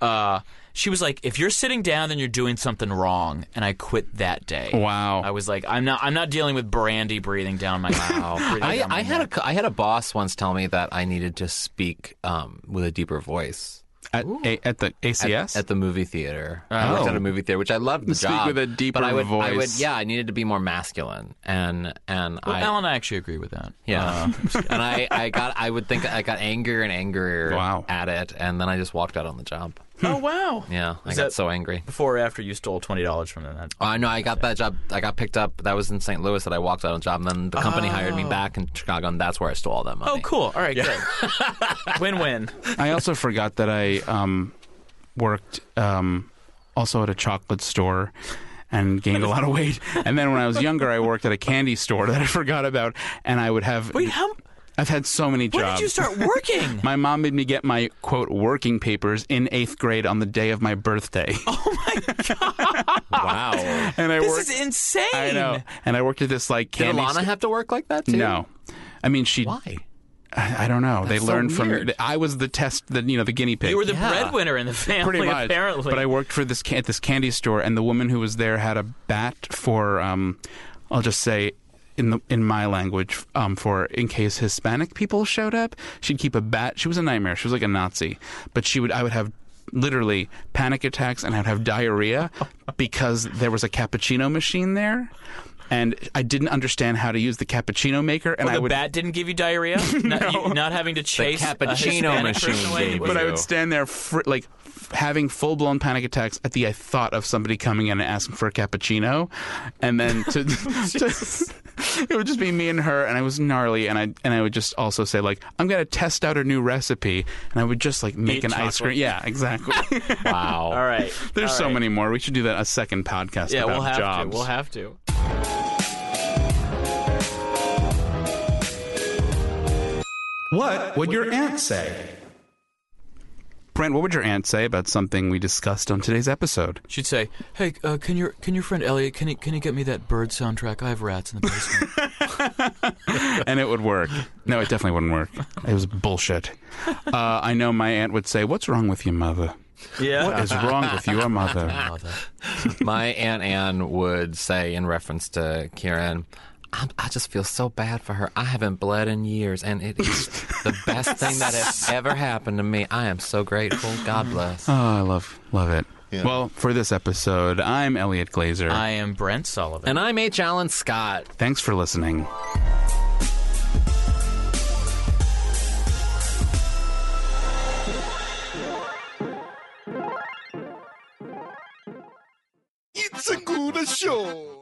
[SPEAKER 3] Uh, she was like, "If you're sitting down, then you're doing something wrong," and I quit that day.
[SPEAKER 2] Wow.
[SPEAKER 3] I was like, "I'm not. I'm not dealing with brandy breathing down my mouth." breathing
[SPEAKER 4] I,
[SPEAKER 3] down my
[SPEAKER 4] I had
[SPEAKER 3] neck.
[SPEAKER 4] a co- I had a boss once tell me that I needed to speak um, with a deeper voice
[SPEAKER 2] at, a, at the
[SPEAKER 4] at,
[SPEAKER 2] ACS.
[SPEAKER 4] at the movie theater. I worked
[SPEAKER 2] Oh.
[SPEAKER 4] at a movie theater, which I loved the
[SPEAKER 2] Speak
[SPEAKER 4] job.
[SPEAKER 2] with a
[SPEAKER 4] but I
[SPEAKER 2] deeper
[SPEAKER 4] would, I would,
[SPEAKER 2] voice.
[SPEAKER 4] yeah, I needed to be more masculine, and and
[SPEAKER 3] Well,
[SPEAKER 4] I
[SPEAKER 3] Alan, I actually agree with that. Uh,
[SPEAKER 4] yeah, (laughs) and I, I got I would think I got angrier and angrier
[SPEAKER 2] Wow.
[SPEAKER 4] at it, and then I just walked out on the job.
[SPEAKER 3] oh wow.
[SPEAKER 4] Yeah, I
[SPEAKER 3] Is
[SPEAKER 4] got
[SPEAKER 3] that-
[SPEAKER 4] so angry.
[SPEAKER 3] Before or after you stole twenty dollars from them? That-
[SPEAKER 4] I know I got that job. I got picked up. That was in St. Louis that I walked out on the job, and then the company hired me back in Chicago, and that's where I stole all that money.
[SPEAKER 3] Oh, cool. All right, good. (laughs) Win-win.
[SPEAKER 2] I also forgot that I um, worked um, also at a chocolate store and gained a lot of weight. And then when I was younger, I worked at a candy store that I forgot about. And I would have.
[SPEAKER 3] Wait, how?
[SPEAKER 2] I've had so many
[SPEAKER 3] When
[SPEAKER 2] jobs.
[SPEAKER 3] did you
[SPEAKER 2] (laughs)
[SPEAKER 3] start working?
[SPEAKER 2] My mom made me get my quote working papers in eighth grade on the day of my birthday,
[SPEAKER 3] (laughs)
[SPEAKER 4] Wow.
[SPEAKER 2] (laughs) and I
[SPEAKER 3] this
[SPEAKER 2] worked.
[SPEAKER 3] is insane.
[SPEAKER 2] I know, and I worked at this like
[SPEAKER 4] Did
[SPEAKER 2] candy.
[SPEAKER 4] Alana
[SPEAKER 2] sto-
[SPEAKER 4] have to work like that too?
[SPEAKER 2] no, I mean she.
[SPEAKER 4] Why?
[SPEAKER 2] I, I don't know. they
[SPEAKER 4] so
[SPEAKER 2] learned
[SPEAKER 4] weird.
[SPEAKER 2] from. I was the test. The you know the guinea pig.
[SPEAKER 3] You were the
[SPEAKER 4] Yeah.
[SPEAKER 3] breadwinner in the family,
[SPEAKER 2] pretty much.
[SPEAKER 3] apparently.
[SPEAKER 2] But I worked for this ca- at this candy store, and the woman who was there had a bat for, um, I'll just say, in the in my language, um, for in case Hispanic people showed up, she'd keep a bat. She was a nightmare. She was like a Nazi, but she would. I would have. Literally panic attacks, and I'd have
[SPEAKER 3] (laughs)
[SPEAKER 2] diarrhea because there was a cappuccino machine there, and I didn't understand how to use the cappuccino maker. And
[SPEAKER 3] Well,
[SPEAKER 2] I
[SPEAKER 3] the
[SPEAKER 2] would
[SPEAKER 3] bat didn't give you diarrhea. not, you- not having to chase a
[SPEAKER 4] cappuccino
[SPEAKER 3] Hispanic
[SPEAKER 4] machine
[SPEAKER 3] person away?
[SPEAKER 4] gave
[SPEAKER 3] Was
[SPEAKER 4] you.
[SPEAKER 2] But
[SPEAKER 3] it-
[SPEAKER 2] I would stand there, fr- like f- having full blown panic attacks at the I thought of somebody coming in and asking for a cappuccino, and then
[SPEAKER 3] (laughs)
[SPEAKER 2] to, (laughs) to- it would just be me and her, and I was gnarly, and I and I would just also say like I'm gonna test out a new recipe, and I would just like make
[SPEAKER 3] Eat
[SPEAKER 2] an ice
[SPEAKER 3] chocolate.
[SPEAKER 2] cream. Yeah,
[SPEAKER 3] (laughs)
[SPEAKER 2] exactly. (laughs)
[SPEAKER 4] Wow.
[SPEAKER 3] All right.
[SPEAKER 2] There's
[SPEAKER 3] All
[SPEAKER 2] so
[SPEAKER 3] right.
[SPEAKER 2] many more. We should do that a second podcast.
[SPEAKER 3] (laughs) Yeah,
[SPEAKER 2] about
[SPEAKER 3] we'll have
[SPEAKER 2] jobs.
[SPEAKER 3] to. We'll have to.
[SPEAKER 2] What would your aunt say? Brent, what would your aunt say about something we discussed on today's
[SPEAKER 3] (laughs)
[SPEAKER 2] episode?
[SPEAKER 3] She'd say, "Hey, uh, can your can your friend Elliot can he can he get me that bird soundtrack? I have rats in the
[SPEAKER 2] (laughs)
[SPEAKER 3] basement."
[SPEAKER 2] and it would work. No, it definitely wouldn't work. It was
[SPEAKER 3] (laughs)
[SPEAKER 2] bullshit. Uh, I know my aunt would say, "What's wrong with your mother? What
[SPEAKER 3] yeah.
[SPEAKER 2] is wrong with your mother?"
[SPEAKER 4] My Aunt Anne would say, in reference to Kieran, I, I just feel so bad for her. I haven't bled in years, and it is the best thing that
[SPEAKER 3] (laughs)
[SPEAKER 4] has ever happened to me. I am so grateful. God bless.
[SPEAKER 2] Oh, I love love it. Well, for this episode, I'm Elliot Glazer.
[SPEAKER 3] I am Brent Sullivan.
[SPEAKER 4] And I'm H. Allen Scott.
[SPEAKER 2] Thanks for listening.
[SPEAKER 1] It's a good show.